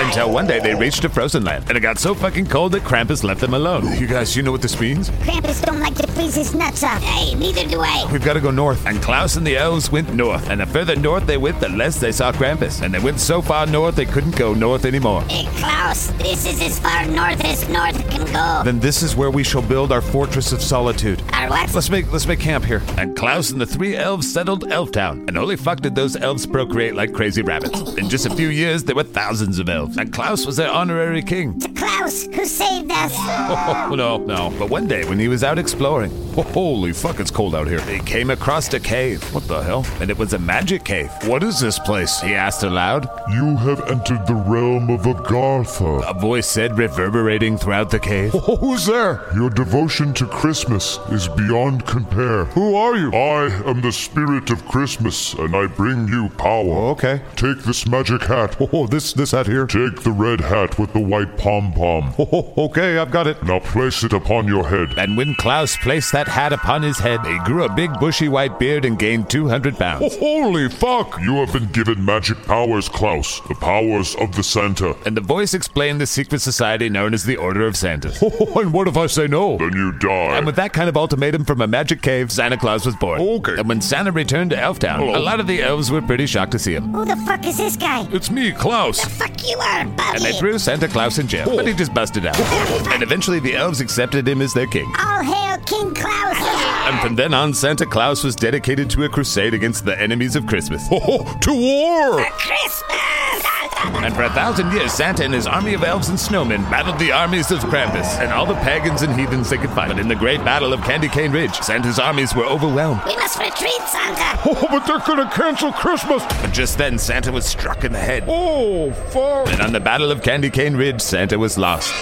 [SPEAKER 3] Until one day they reached a frozen land, and it got so fucking cold that Krampus left them alone.
[SPEAKER 4] You guys, you know what this means?
[SPEAKER 13] Krampus don't like to freeze his nuts off. Hey, neither do I.
[SPEAKER 4] We've got to go north.
[SPEAKER 3] And Klaus and the elves went north, and the further north they went, the less they saw Krampus. And they went so far north they couldn't go north anymore.
[SPEAKER 13] Hey, Klaus, this is as far north furthest north it can go.
[SPEAKER 7] Then this is where we shall build our fortress of solitude.
[SPEAKER 13] Our what?
[SPEAKER 7] Let's make let's make camp here. And Klaus and the three elves settled Elftown. And holy fuck did those elves procreate like crazy rabbits. In just a few years, there were thousands of elves. And Klaus was their honorary king. *laughs*
[SPEAKER 13] Klaus, who saved us?
[SPEAKER 4] *laughs*
[SPEAKER 7] Oh, no, no. But one day when he was out exploring, oh, holy fuck, it's cold out here. He came across a cave. What the hell? And it was a magic cave. What is this place? He asked aloud.
[SPEAKER 1] You have entered the realm of Agartha.
[SPEAKER 7] A voice said, reverberating throughout
[SPEAKER 1] *laughs*
[SPEAKER 7] the cave.
[SPEAKER 1] Oh, who's there? Your devotion to Christmas is beyond compare.
[SPEAKER 7] Who are you?
[SPEAKER 1] I am the spirit of Christmas, and I bring you power.
[SPEAKER 7] Oh, okay.
[SPEAKER 1] Take this magic hat.
[SPEAKER 7] Oh, this this hat here.
[SPEAKER 1] Take the red hat with the white pom pom.
[SPEAKER 7] Oh, okay, I've got it.
[SPEAKER 1] Now place it upon your head.
[SPEAKER 7] And when Klaus placed that hat upon his head, he grew a big bushy white beard and gained 200 pounds.
[SPEAKER 1] *laughs* Oh, holy fuck! You have been given magic powers, Klaus. The powers of the Santa.
[SPEAKER 7] And the voice explained the secret society known as the Order of Santa.
[SPEAKER 1] Oh, *laughs* and what if I say no? Then you die.
[SPEAKER 7] And with that kind of ultimatum from a magic cave, Santa Claus was born.
[SPEAKER 1] Okay.
[SPEAKER 7] And when Santa returned to Elftown,
[SPEAKER 1] Hello.
[SPEAKER 7] a lot of the elves were pretty shocked to see him.
[SPEAKER 13] Who the fuck is this guy?
[SPEAKER 1] It's me, Klaus. Oh.
[SPEAKER 13] The fuck you are, Bobby.
[SPEAKER 7] And they threw Santa Claus in jail, but he just
[SPEAKER 1] *laughs*
[SPEAKER 7] busted out. and eventually the elves accepted him as their king.
[SPEAKER 13] All hail
[SPEAKER 4] *laughs*
[SPEAKER 13] King Klaus.
[SPEAKER 7] And from then on, Santa Claus was dedicated to a crusade against the enemies of Christmas.
[SPEAKER 1] Oh, to war!
[SPEAKER 13] Christmas.
[SPEAKER 7] And for a thousand years, Santa and his army of elves and snowmen battled the armies of Krampus and all the pagans and heathens they could find. But in the great battle of Candy Cane Ridge, Santa's armies were overwhelmed.
[SPEAKER 13] We must retreat, Santa.
[SPEAKER 1] Oh, but they're gonna cancel Christmas!
[SPEAKER 7] But just then, Santa was struck in the head.
[SPEAKER 1] Oh, fuck!
[SPEAKER 7] And on the Battle of Candy Cane Ridge, Santa was lost.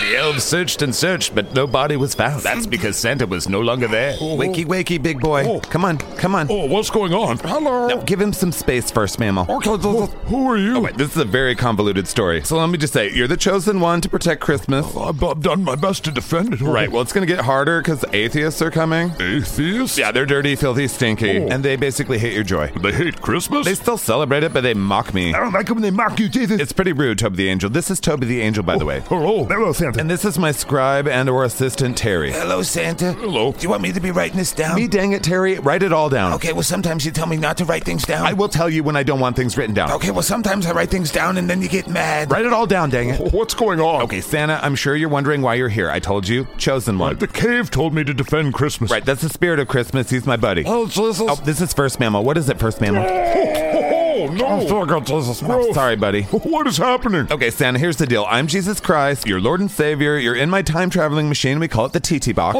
[SPEAKER 7] The elves searched and searched, but no body was found. That's because Santa was no longer there.
[SPEAKER 3] Wakey, wakey, big boy. Come on, come on.
[SPEAKER 1] Oh, what's going on? Hello!
[SPEAKER 3] No, give him some space first, mammal.
[SPEAKER 1] Who, who are you?
[SPEAKER 7] Oh, wait, this is a very convoluted story. So let me just say, you're the chosen one to protect Christmas.
[SPEAKER 1] I've, I've done my best to defend it.
[SPEAKER 7] Right, well, it's gonna get harder because atheists are coming.
[SPEAKER 1] Atheists?
[SPEAKER 7] Yeah, they're dirty, filthy, stinky,
[SPEAKER 1] Oh.
[SPEAKER 7] and they basically hate your joy.
[SPEAKER 1] They hate Christmas?
[SPEAKER 7] They still celebrate it, but they mock me.
[SPEAKER 1] I don't like it when they mock you, Jesus.
[SPEAKER 7] It's pretty rude, Toby the Angel. This is Toby the Angel, by the way.
[SPEAKER 1] Hello. Hello, Santa.
[SPEAKER 7] And this is my scribe and or assistant, Terry.
[SPEAKER 3] Hello, Santa.
[SPEAKER 1] Hello.
[SPEAKER 3] Do you want me to be writing this down?
[SPEAKER 7] Me dang it, Terry. Write it all down.
[SPEAKER 3] Okay, well, sometimes you tell me not to write things down.
[SPEAKER 7] I will tell you when I don't want things written down.
[SPEAKER 5] Oh.
[SPEAKER 3] Okay, well, sometimes I write things down and then you get mad.
[SPEAKER 7] Write it all down, dang it.
[SPEAKER 1] What's going on?
[SPEAKER 7] Okay, Santa, I'm sure you're wondering why you're here. I told you, chosen one.
[SPEAKER 1] The cave told me to defend Christmas.
[SPEAKER 7] Oh. Right, that's the spirit of Christmas. He's my buddy.
[SPEAKER 1] Oh, Jesus.
[SPEAKER 7] Oh, this is first mammal. What is it, first mammal?
[SPEAKER 1] Oh, no.
[SPEAKER 7] Oh, sorry, buddy.
[SPEAKER 1] What is happening?
[SPEAKER 7] Okay, Santa, here's the deal. I'm Jesus Christ, your Lord and Savior. You're in my time traveling machine. We call it the TT box.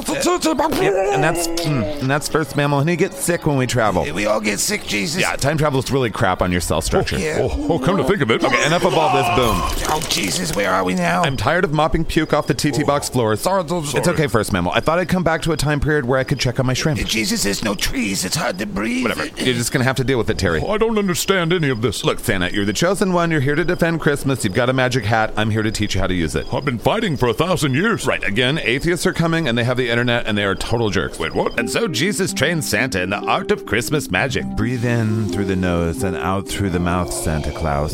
[SPEAKER 7] and that's mm, and that's first mammal, and he gets sick when we travel.
[SPEAKER 3] We all get sick, Jesus.
[SPEAKER 7] Yeah, time travel's really crap on your cell structure.
[SPEAKER 3] Yeah.
[SPEAKER 1] Oh, oh, come to think of it.
[SPEAKER 7] Okay, enough of all this boom.
[SPEAKER 3] Oh, Jesus, where are we now?
[SPEAKER 7] I'm tired of mopping puke off the TT box floor.
[SPEAKER 1] Sorry, sorry.
[SPEAKER 7] It's okay, first mammal. I thought I'd come back to a time period where I could check on my shrimp.
[SPEAKER 3] Jesus, there's no trees. It's hard to breathe.
[SPEAKER 7] Whatever. You're just gonna have to deal with it, Terry.
[SPEAKER 1] I don't understand any of this.
[SPEAKER 7] Look, Santa, you're the chosen one. You're here to defend Christmas. You've got a magic hat. I'm here to teach you how to use it.
[SPEAKER 1] I've been fighting for a thousand years.
[SPEAKER 7] Right, again, atheists are coming and they have the internet and they are total jerks. Wait, what? And so Jesus trained Santa in the art of Christmas magic.
[SPEAKER 3] Breathe in through the nose and out through the mouth, Santa Claus.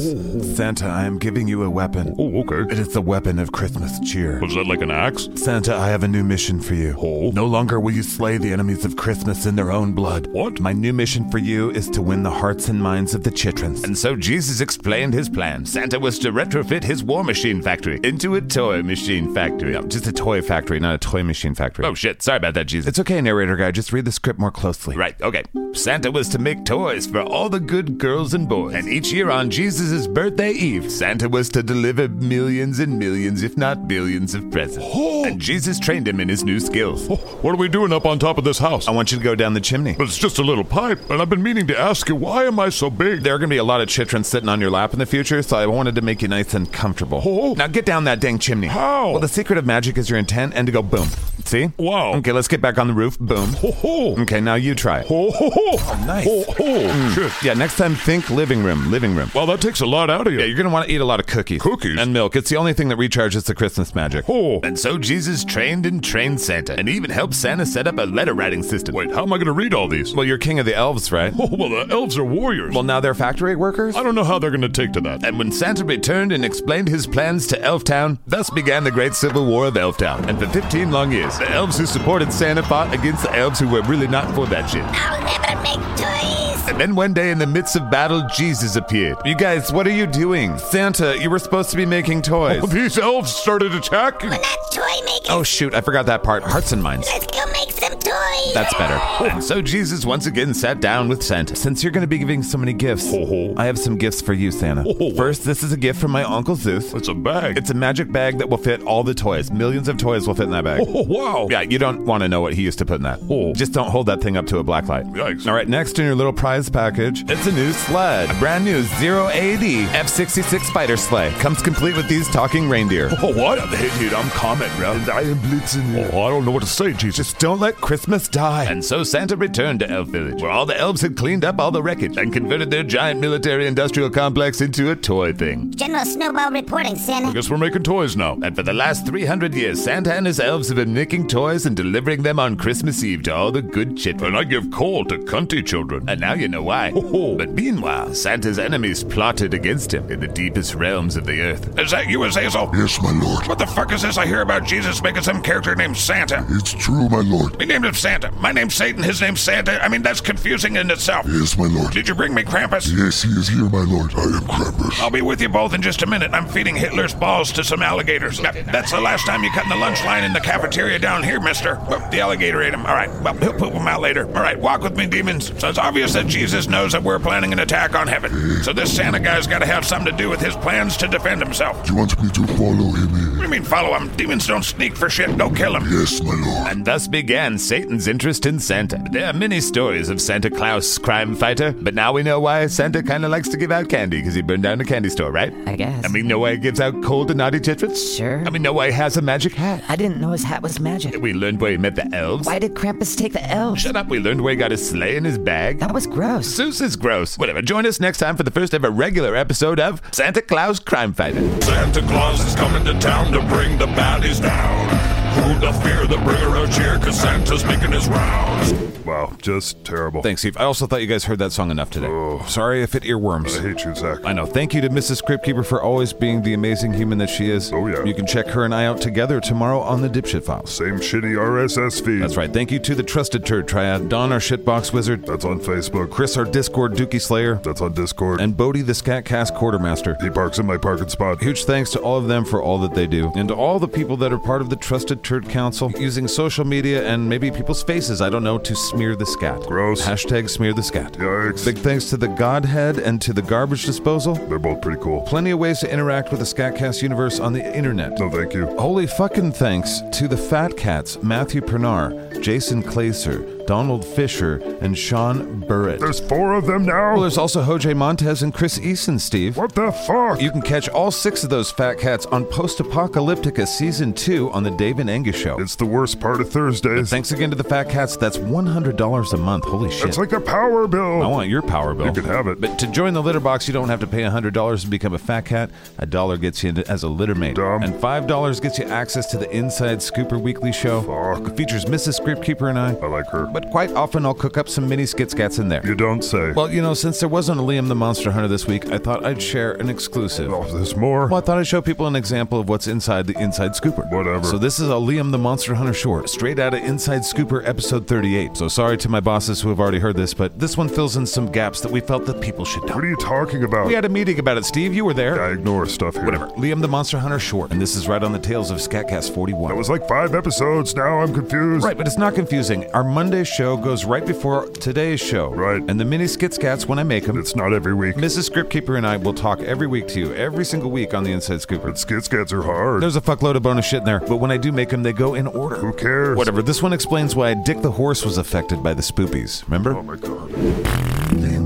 [SPEAKER 3] Santa, I am giving you a weapon.
[SPEAKER 1] Oh, okay.
[SPEAKER 3] It is the weapon of Christmas cheer.
[SPEAKER 1] Was that like an axe?
[SPEAKER 3] Santa, I have a new mission for you.
[SPEAKER 1] Oh.
[SPEAKER 3] No longer will you slay the enemies of Christmas in their own blood.
[SPEAKER 1] What?
[SPEAKER 3] My new mission for you is to win the hearts and minds of the Chitrans.
[SPEAKER 7] And so Jesus explained his plan. Santa was to retrofit his war machine factory into a toy machine factory. No, just a toy factory, not a toy machine factory. Oh shit, sorry about that, Jesus.
[SPEAKER 3] It's okay, narrator guy. Just read the script more closely.
[SPEAKER 7] Right, okay. Santa was to make toys for all the good girls and boys. And each year on Jesus' birthday eve, Santa was to deliver millions and millions, if not billions, of presents. And Jesus trained him in his new skills.
[SPEAKER 1] Oh, what are we doing up on top of this house?
[SPEAKER 7] I want you to go down the chimney.
[SPEAKER 1] But it's just a little pipe, and I've been meaning to ask you, why am I so big?
[SPEAKER 7] There are going to be a lot of chitrons sitting on your lap in the future, so I wanted to make you nice and comfortable.
[SPEAKER 1] Oh.
[SPEAKER 7] Now get down that dang chimney.
[SPEAKER 1] How?
[SPEAKER 7] Well, the secret of magic is your intent and to go boom. See?
[SPEAKER 1] Wow.
[SPEAKER 7] Okay, let's get back on the roof. Boom.
[SPEAKER 1] Ho, ho.
[SPEAKER 7] Okay, now you try it. Oh, Mm.
[SPEAKER 1] Ho, ho, ho.
[SPEAKER 3] nice.
[SPEAKER 1] Ho, ho. Shit.
[SPEAKER 7] Yeah, next time think living room, living room.
[SPEAKER 1] Wow, that takes a lot out of you.
[SPEAKER 7] Yeah, you're gonna want to eat a lot of cookies.
[SPEAKER 1] Cookies?
[SPEAKER 7] And milk. It's the only thing that recharges the Christmas magic.
[SPEAKER 1] Oh.
[SPEAKER 7] And so Jesus trained and trained Santa, and even helped Santa set up a letter writing system.
[SPEAKER 1] Wait, how am I going to read all these?
[SPEAKER 7] Well, you're king of the elves, right?
[SPEAKER 1] Oh, *laughs* well, the elves are warriors.
[SPEAKER 7] Well, now they're factory workers?
[SPEAKER 1] I don't know how they're going to take to that.
[SPEAKER 7] And when Santa returned and explained his plans to Elftown, thus began the great civil war of Elftown. And for 15 long years, the elves who supported Santa fought against the elves who were really not for that shit.
[SPEAKER 13] I'll never make toys.
[SPEAKER 3] And then one day in the midst of battle, Jesus appeared. You guys, what are you doing? Santa, you were supposed to be making toys.
[SPEAKER 7] Oh, these elves started attacking.
[SPEAKER 13] We're not toy making.
[SPEAKER 3] Oh shoot, I forgot that part. Hearts and minds.
[SPEAKER 13] Let's go make some toys.
[SPEAKER 3] That's better.
[SPEAKER 7] Oh.
[SPEAKER 3] And so Jesus once again sat down with Santa. Since you're going to be giving so many gifts,
[SPEAKER 7] Oh,
[SPEAKER 3] I have some gifts for you, Santa. First, this is a gift from my Uncle Zeus.
[SPEAKER 7] It's a bag.
[SPEAKER 3] It's a magic bag that will fit all the toys. Millions of toys will fit in that bag.
[SPEAKER 7] Oh, wow. Oh.
[SPEAKER 3] Yeah, you don't want to know what he used to put in that. Just don't hold that thing up to a black light.
[SPEAKER 7] Yikes.
[SPEAKER 3] All right, next in your little prize package, it's a new sled. A brand new 080 F 66 spider sleigh. Comes complete with these talking reindeer.
[SPEAKER 7] Oh, what? Hey, dude, I'm Comet, bro.
[SPEAKER 3] And I am Blitzen.
[SPEAKER 7] Oh, I don't know what to say, Jesus.
[SPEAKER 3] Just don't let Christmas die. And so Santa returned to Elf Village, where all the elves had cleaned up all the wreckage and converted their giant military industrial complex into a toy thing.
[SPEAKER 13] General Snowball reporting,
[SPEAKER 7] I
[SPEAKER 13] Santa.
[SPEAKER 7] guess we're making toys now.
[SPEAKER 3] And for the last 300 years, Santa and his elves have been making toys and delivering them on Christmas Eve to all the good children.
[SPEAKER 7] And I give coal to cunty children.
[SPEAKER 3] And now you know why. But meanwhile, Santa's enemies plotted against him in the deepest realms of the earth.
[SPEAKER 4] Is that you, Azazel?
[SPEAKER 5] Yes, my lord.
[SPEAKER 4] What the fuck is this I hear about Jesus making some character named Santa?
[SPEAKER 5] It's true, my lord.
[SPEAKER 4] He named him Santa. My name's Satan, his name's Santa. I mean, that's confusing in itself.
[SPEAKER 5] Yes, my lord.
[SPEAKER 4] Did you bring me Krampus?
[SPEAKER 5] Yes, he is here, my lord. I am Krampus.
[SPEAKER 4] I'll be with you both in just a minute. I'm feeding Hitler's balls to some alligators. Now, that's the last time you cut in the lunch line in the cafeteria down here, mister. Well, the alligator ate him. All right. Well, he'll poop him out later. All right, walk with me, demons. So it's obvious that Jesus knows that we're planning an attack on heaven. So this Santa guy's got to have something to do with his plans to defend himself.
[SPEAKER 5] You want me to follow him? eh?
[SPEAKER 4] What do you mean follow him? Demons don't sneak for shit. Go kill him.
[SPEAKER 5] Yes, my lord.
[SPEAKER 3] And thus began Satan's interest in Santa. There are many stories of Santa Claus, crime fighter, but now we know why Santa kind of likes to give out candy because he burned down a candy store, right?
[SPEAKER 8] I guess.
[SPEAKER 3] And we know why he gives out cold to naughty chitwits.
[SPEAKER 8] Sure.
[SPEAKER 3] And we know why he has a magic hat.
[SPEAKER 8] I didn't know his hat was magic.
[SPEAKER 3] We learned where he met the elves.
[SPEAKER 8] Why did Krampus take the elves?
[SPEAKER 3] Shut up, we learned where he got his sleigh in his bag.
[SPEAKER 8] That was gross.
[SPEAKER 3] Zeus is gross. Whatever, join us next time for the first ever regular episode of Santa Claus Crime Fighter.
[SPEAKER 4] Santa Claus is coming to town to bring the baddies down. Who the fear, the bringer of cheer, cause Santa's making his rounds.
[SPEAKER 1] Wow, just terrible.
[SPEAKER 3] Thanks, Steve. I also thought you guys heard that song enough today. Sorry if it earworms.
[SPEAKER 1] I hate you, Zach.
[SPEAKER 3] I know. Thank you to Mrs. Cryptkeeper for always being the amazing human that she is.
[SPEAKER 1] Oh, yeah.
[SPEAKER 3] You can check her and I out together tomorrow on the Dipshit Files.
[SPEAKER 1] Same shitty RSS feed.
[SPEAKER 3] That's right. Thank you to the Trusted Turd Triad, Don, our shitbox wizard,
[SPEAKER 1] That's on Facebook.
[SPEAKER 3] Chris, our Discord Dookie Slayer,
[SPEAKER 1] That's on Discord.
[SPEAKER 3] and Bodie, the Scat Cast Quartermaster.
[SPEAKER 1] he parks in my parking spot.
[SPEAKER 3] Huge thanks to all of them for all that they do, and to all the people that are part of the Trusted Turd Council using social media and maybe people's faces, I don't know, to smear the scat.
[SPEAKER 1] Gross.
[SPEAKER 3] Hashtag smear the scat.
[SPEAKER 1] Yikes.
[SPEAKER 3] Big thanks to the Godhead and to the Garbage Disposal.
[SPEAKER 1] They're both pretty cool.
[SPEAKER 3] Plenty of ways to interact with the Scatcast universe on the internet.
[SPEAKER 1] No, thank you.
[SPEAKER 3] Holy fucking thanks to the Fat Cats, Matthew Pernar, Jason Claser, Donald Fisher, and Sean Burrett.
[SPEAKER 1] There's four of them
[SPEAKER 3] Well,
[SPEAKER 1] now?
[SPEAKER 3] there's also Jose Montez and Chris Eason, Steve.
[SPEAKER 1] What the fuck?
[SPEAKER 3] You can catch all six of those Fat Cats on Post Apocalyptica Season 2 on The Dave and Angus Show.
[SPEAKER 1] It's the worst part of
[SPEAKER 3] But
[SPEAKER 1] Thursdays.
[SPEAKER 3] thanks again to the Fat Cats. That's $100 a month. Holy shit.
[SPEAKER 1] It's like a power bill.
[SPEAKER 3] I want your power bill.
[SPEAKER 1] You can have it.
[SPEAKER 3] But to join the litter box, you don't have to pay $100 to become a fat cat. A dollar gets you into, as a litter mate.
[SPEAKER 1] Dumb.
[SPEAKER 3] And $5 gets you access to the Inside Scooper Weekly Show.
[SPEAKER 1] Fuck.
[SPEAKER 3] It features Mrs. Scriptkeeper and I.
[SPEAKER 1] I like her.
[SPEAKER 3] But quite often, I'll cook up some mini skitscats in there.
[SPEAKER 1] You don't say.
[SPEAKER 3] Well, you know, since there wasn't a Liam the Monster Hunter this week, I thought I'd share an exclusive.
[SPEAKER 1] Oh, there's more.
[SPEAKER 3] Well, I thought I'd show people an example of what's inside the Inside Scooper.
[SPEAKER 1] Whatever.
[SPEAKER 3] So this is a Liam the Monster Hunter short, straight out of Inside Scooper episode 38. So sorry to my bosses who have already heard this, but this one fills in some gaps that we felt that people should know.
[SPEAKER 1] What are you talking about?
[SPEAKER 3] We had a meeting about it, Steve. You were there.
[SPEAKER 1] I ignore stuff here.
[SPEAKER 3] Whatever. Liam the Monster Hunter short, and this is right on the tails of Scatcast 41.
[SPEAKER 1] That was like five episodes. Now I'm confused.
[SPEAKER 3] Right, but it's not confusing. Our Monday show goes right before today's show.
[SPEAKER 1] Right.
[SPEAKER 3] And the mini skitscats, when I make them,
[SPEAKER 1] It's not every week.
[SPEAKER 3] Mrs. Scriptkeeper and I will talk every week to you, every single week on the Inside Scooper.
[SPEAKER 1] Skits gets are hard.
[SPEAKER 3] There's a fuckload of bonus shit in there, but when I do make them, they go in order.
[SPEAKER 1] Who cares?
[SPEAKER 3] Whatever. This one explains why Dick the horse was affected by the spoopies. Remember?
[SPEAKER 1] Oh my god.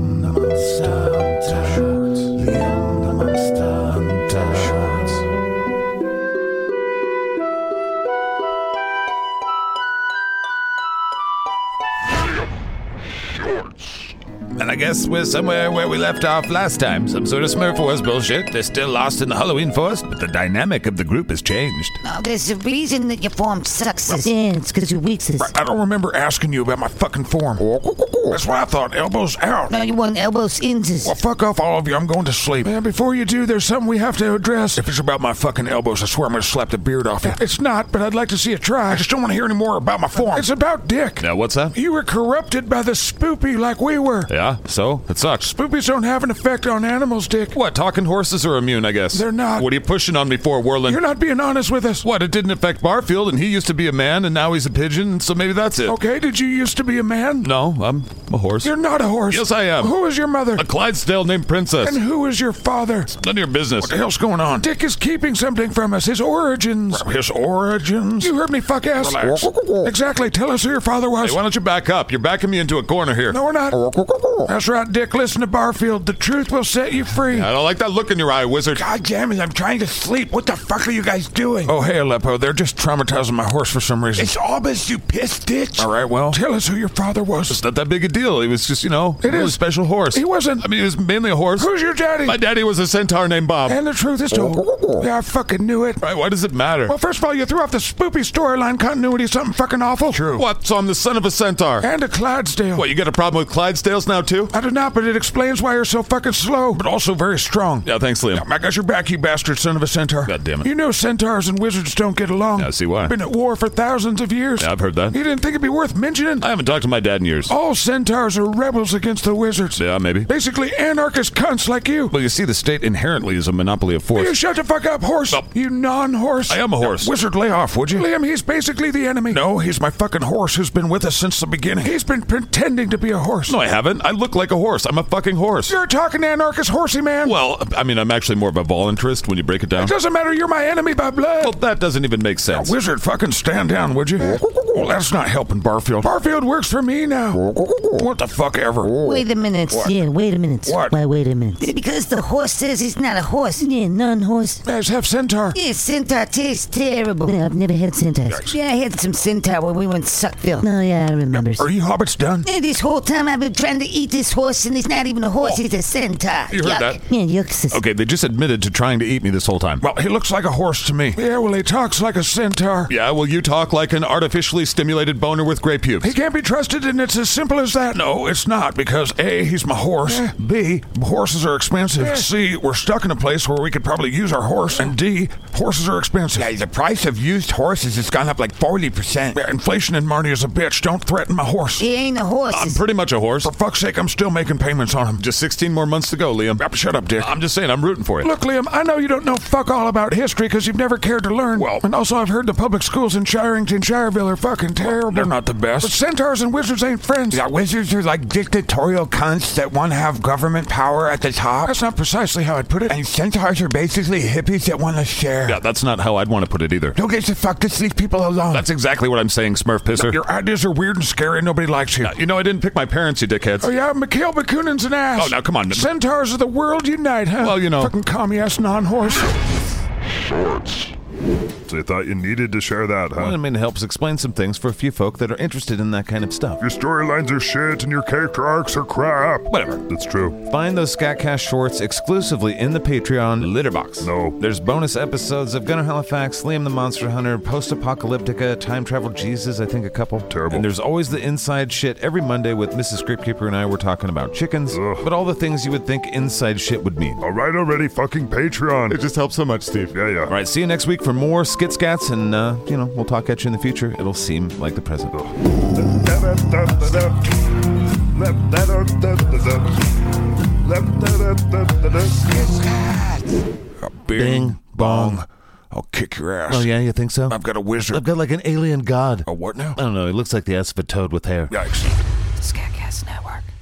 [SPEAKER 3] And I guess we're somewhere where we left off last time. Some sort of Smurf Wars bullshit. They're still lost in the Halloween forest, but the dynamic of the group has changed.
[SPEAKER 13] Oh, there's a reason that your form sucks. Yeah, it's because you're weak, sis.
[SPEAKER 4] I don't remember asking you about my fucking form. That's what I thought. Elbows out.
[SPEAKER 13] No, you want elbows in, sis.
[SPEAKER 4] Well, fuck off, all of you. I'm going to sleep. Man, before you do, there's something we have to address. If it's about my fucking elbows, I swear I'm gonna slap the beard off you. It's not, but I'd like to see it try. I just don't want to hear any more about my form. It's about dick.
[SPEAKER 3] Now, what's that?
[SPEAKER 4] You were corrupted by the spoopy like we were.
[SPEAKER 3] Yeah, so? It sucks.
[SPEAKER 4] Spoopies don't have an effect on animals, Dick.
[SPEAKER 3] What, talking horses are immune, I guess?
[SPEAKER 4] They're not.
[SPEAKER 3] What are you pushing on me for, Whirling?
[SPEAKER 4] You're not being honest with us.
[SPEAKER 3] What, it didn't affect Barfield, and he used to be a man, and now he's a pigeon, so maybe that's it.
[SPEAKER 4] Okay, did you used to be a man?
[SPEAKER 3] No, I'm a horse.
[SPEAKER 4] You're not a horse.
[SPEAKER 3] Yes, I am.
[SPEAKER 4] Who is your mother?
[SPEAKER 3] A Clydesdale named Princess.
[SPEAKER 4] And who is your father?
[SPEAKER 3] It's none of your business.
[SPEAKER 4] What the hell's going on? Dick is keeping something from us. His origins.
[SPEAKER 3] His origins?
[SPEAKER 4] You heard me, fuck ass.
[SPEAKER 3] Relax.
[SPEAKER 4] Exactly. Tell us who your father was.
[SPEAKER 3] Hey, why don't you back up? You're backing me into a corner here.
[SPEAKER 4] No, we're not. *laughs* That's right, Dick. Listen to Barfield. The truth will set you free.
[SPEAKER 3] I don't like that look in your eye, wizard.
[SPEAKER 4] God damn it, I'm trying to sleep. What the fuck are you guys doing? Oh, hey, Aleppo. They're just traumatizing my horse for some reason.
[SPEAKER 5] It's Albus, you piss ditch.
[SPEAKER 4] All right, well, tell us who your father was.
[SPEAKER 3] It's not that big a deal. He was just, you know,
[SPEAKER 4] It
[SPEAKER 3] a really
[SPEAKER 4] is.
[SPEAKER 3] special horse.
[SPEAKER 4] He wasn't.
[SPEAKER 3] I mean, he was mainly a horse.
[SPEAKER 4] Who's your daddy?
[SPEAKER 3] My daddy was a centaur named Bob.
[SPEAKER 4] And the truth is told. Yeah, I fucking knew it.
[SPEAKER 3] Right, why does it matter?
[SPEAKER 4] Well, first of all, you threw off the spoopy storyline continuity, something fucking awful. True.
[SPEAKER 3] What? So I'm the son of a centaur.
[SPEAKER 4] And a Clydesdale.
[SPEAKER 3] What, you got a problem with Clydesdales now, too?
[SPEAKER 4] I do not, but it explains why you're so fucking slow, but also very strong.
[SPEAKER 3] Yeah, thanks, Liam.
[SPEAKER 4] I got your back, you bastard son of a centaur.
[SPEAKER 3] God damn it.
[SPEAKER 4] You know centaurs and wizards don't get along.
[SPEAKER 3] Yeah, I see why.
[SPEAKER 4] Been at war for thousands of years.
[SPEAKER 3] Yeah, I've heard that.
[SPEAKER 4] You didn't think it'd be worth mentioning?
[SPEAKER 3] I haven't talked to my dad in years.
[SPEAKER 4] All centaurs are rebels against the wizards.
[SPEAKER 3] Yeah, maybe.
[SPEAKER 4] Basically, anarchist cunts like you.
[SPEAKER 3] Well, you see, the state inherently is a monopoly of force.
[SPEAKER 4] You shut the fuck up, horse. You non-horse.
[SPEAKER 3] I am a horse.
[SPEAKER 4] Now, wizard, lay off, would you? Liam, he's basically the enemy. No, he's my fucking horse who's been with us since the beginning. He's been pretending to be a horse.
[SPEAKER 3] No, I haven't. I look like a horse. I'm a fucking horse.
[SPEAKER 4] You're a talking anarchist horsey man.
[SPEAKER 3] Well, I mean, I'm actually more of a voluntarist when you break it down.
[SPEAKER 4] It doesn't matter. You're my enemy by blood.
[SPEAKER 3] Well, that doesn't even make sense.
[SPEAKER 4] Wizard, fucking stand down, would you? Well, that's not helping Barfield. Barfield works for me now. What the fuck ever?
[SPEAKER 13] Wait a minute.
[SPEAKER 4] What?
[SPEAKER 13] Yeah, wait a minute.
[SPEAKER 4] What?
[SPEAKER 13] Why, wait a minute. Because the horse says he's not a horse. Yeah, non horse.
[SPEAKER 4] Guys, have centaur.
[SPEAKER 13] Yeah, centaur tastes terrible. Yeah, I've never had centaurs. Yeah, I had some centaur when we were in Suckville. No, yeah, I remember.
[SPEAKER 4] Are you hobbits done?
[SPEAKER 13] Yeah, this whole time I've been trying to eat this horse, and he's not even a horse, he's a centaur.
[SPEAKER 3] You heard
[SPEAKER 13] Yuck.
[SPEAKER 3] that?
[SPEAKER 13] Yeah, yuck, sis.
[SPEAKER 3] Okay, they just admitted to trying to eat me this whole time.
[SPEAKER 4] Well, he looks like a horse to me. Yeah, well, he talks like a centaur.
[SPEAKER 3] Yeah, well, you talk like an artificially stimulated boner with gray pubes.
[SPEAKER 4] He can't be trusted, and it's as simple as that. No, it's not, because A, he's my horse. B, horses are expensive. C, we're stuck in a place where we could probably use our horse. And D, horses are expensive.
[SPEAKER 5] Yeah, the price of used horses has gone up like 40%.
[SPEAKER 4] Yeah, inflation in Marty is a bitch. Don't threaten my horse.
[SPEAKER 13] He ain't a horse.
[SPEAKER 3] I'm
[SPEAKER 13] sis.
[SPEAKER 3] pretty much a horse.
[SPEAKER 4] For fuck's sake, I'm still making payments on him.
[SPEAKER 3] Just 16 more months to go, Liam.
[SPEAKER 4] Yep, Shut up, Dick.
[SPEAKER 3] I'm just saying, I'm rooting for you.
[SPEAKER 4] Look, Liam, I know you don't know fuck all about history because you've never cared to learn. Well, and also I've heard the public schools in Shirington, Shireville are fucking terrible.
[SPEAKER 5] they're not the best.
[SPEAKER 4] But centaurs and wizards ain't friends.
[SPEAKER 5] Yeah, wizards are like dictatorial cunts that want to have government power at the top.
[SPEAKER 4] That's not precisely how I'd put it.
[SPEAKER 5] And centaurs are basically hippies that want to share.
[SPEAKER 3] Yeah, that's not how I'd want to put it either.
[SPEAKER 5] Don't get to fuck this, leave people alone.
[SPEAKER 3] That's exactly what I'm saying, Smurf Pisser.
[SPEAKER 4] Your ideas are weird and scary. and Nobody likes you.
[SPEAKER 3] You know, I didn't pick my parents, you dickheads.
[SPEAKER 4] Oh yeah, Mikhail Bakunin's an ass.
[SPEAKER 3] Oh, now, come on.
[SPEAKER 4] Centaurs of the world unite, huh?
[SPEAKER 3] Well, you know.
[SPEAKER 4] Fucking commie ass non-horse.
[SPEAKER 1] So you thought you needed to share that,
[SPEAKER 3] Well, I
[SPEAKER 1] huh?
[SPEAKER 3] mean, it helps explain some things for a few folk that are interested in that kind of stuff.
[SPEAKER 1] Your storylines are shit and your character arcs are crap.
[SPEAKER 3] Whatever.
[SPEAKER 1] That's true.
[SPEAKER 3] Find those Scatcast shorts exclusively in the Patreon litter box.
[SPEAKER 1] No.
[SPEAKER 3] There's bonus episodes of Gunnar Halifax, Liam the Monster Hunter, Post Apocalyptica, Time Travel Jesus, I think a couple.
[SPEAKER 1] Terrible.
[SPEAKER 3] And there's always the inside shit every Monday with Mrs. Scriptkeeper and I. We're talking about chickens,
[SPEAKER 1] Ugh.
[SPEAKER 3] but all the things you would think inside shit would mean.
[SPEAKER 1] All right already, fucking Patreon. It just helps so much, Steve. Yeah, yeah.
[SPEAKER 3] All right, see you next week for more Skit Scats, and, uh, you know, we'll talk at you in the future. It'll seem like the present.
[SPEAKER 4] Bing bong. I'll kick your ass.
[SPEAKER 19] Oh, yeah, you think so?
[SPEAKER 4] I've got a wizard.
[SPEAKER 19] I've got like an alien god.
[SPEAKER 4] a what now?
[SPEAKER 19] I don't know. He looks like the ass of a toad with hair.
[SPEAKER 4] Yikes.
[SPEAKER 13] Scatcast Network.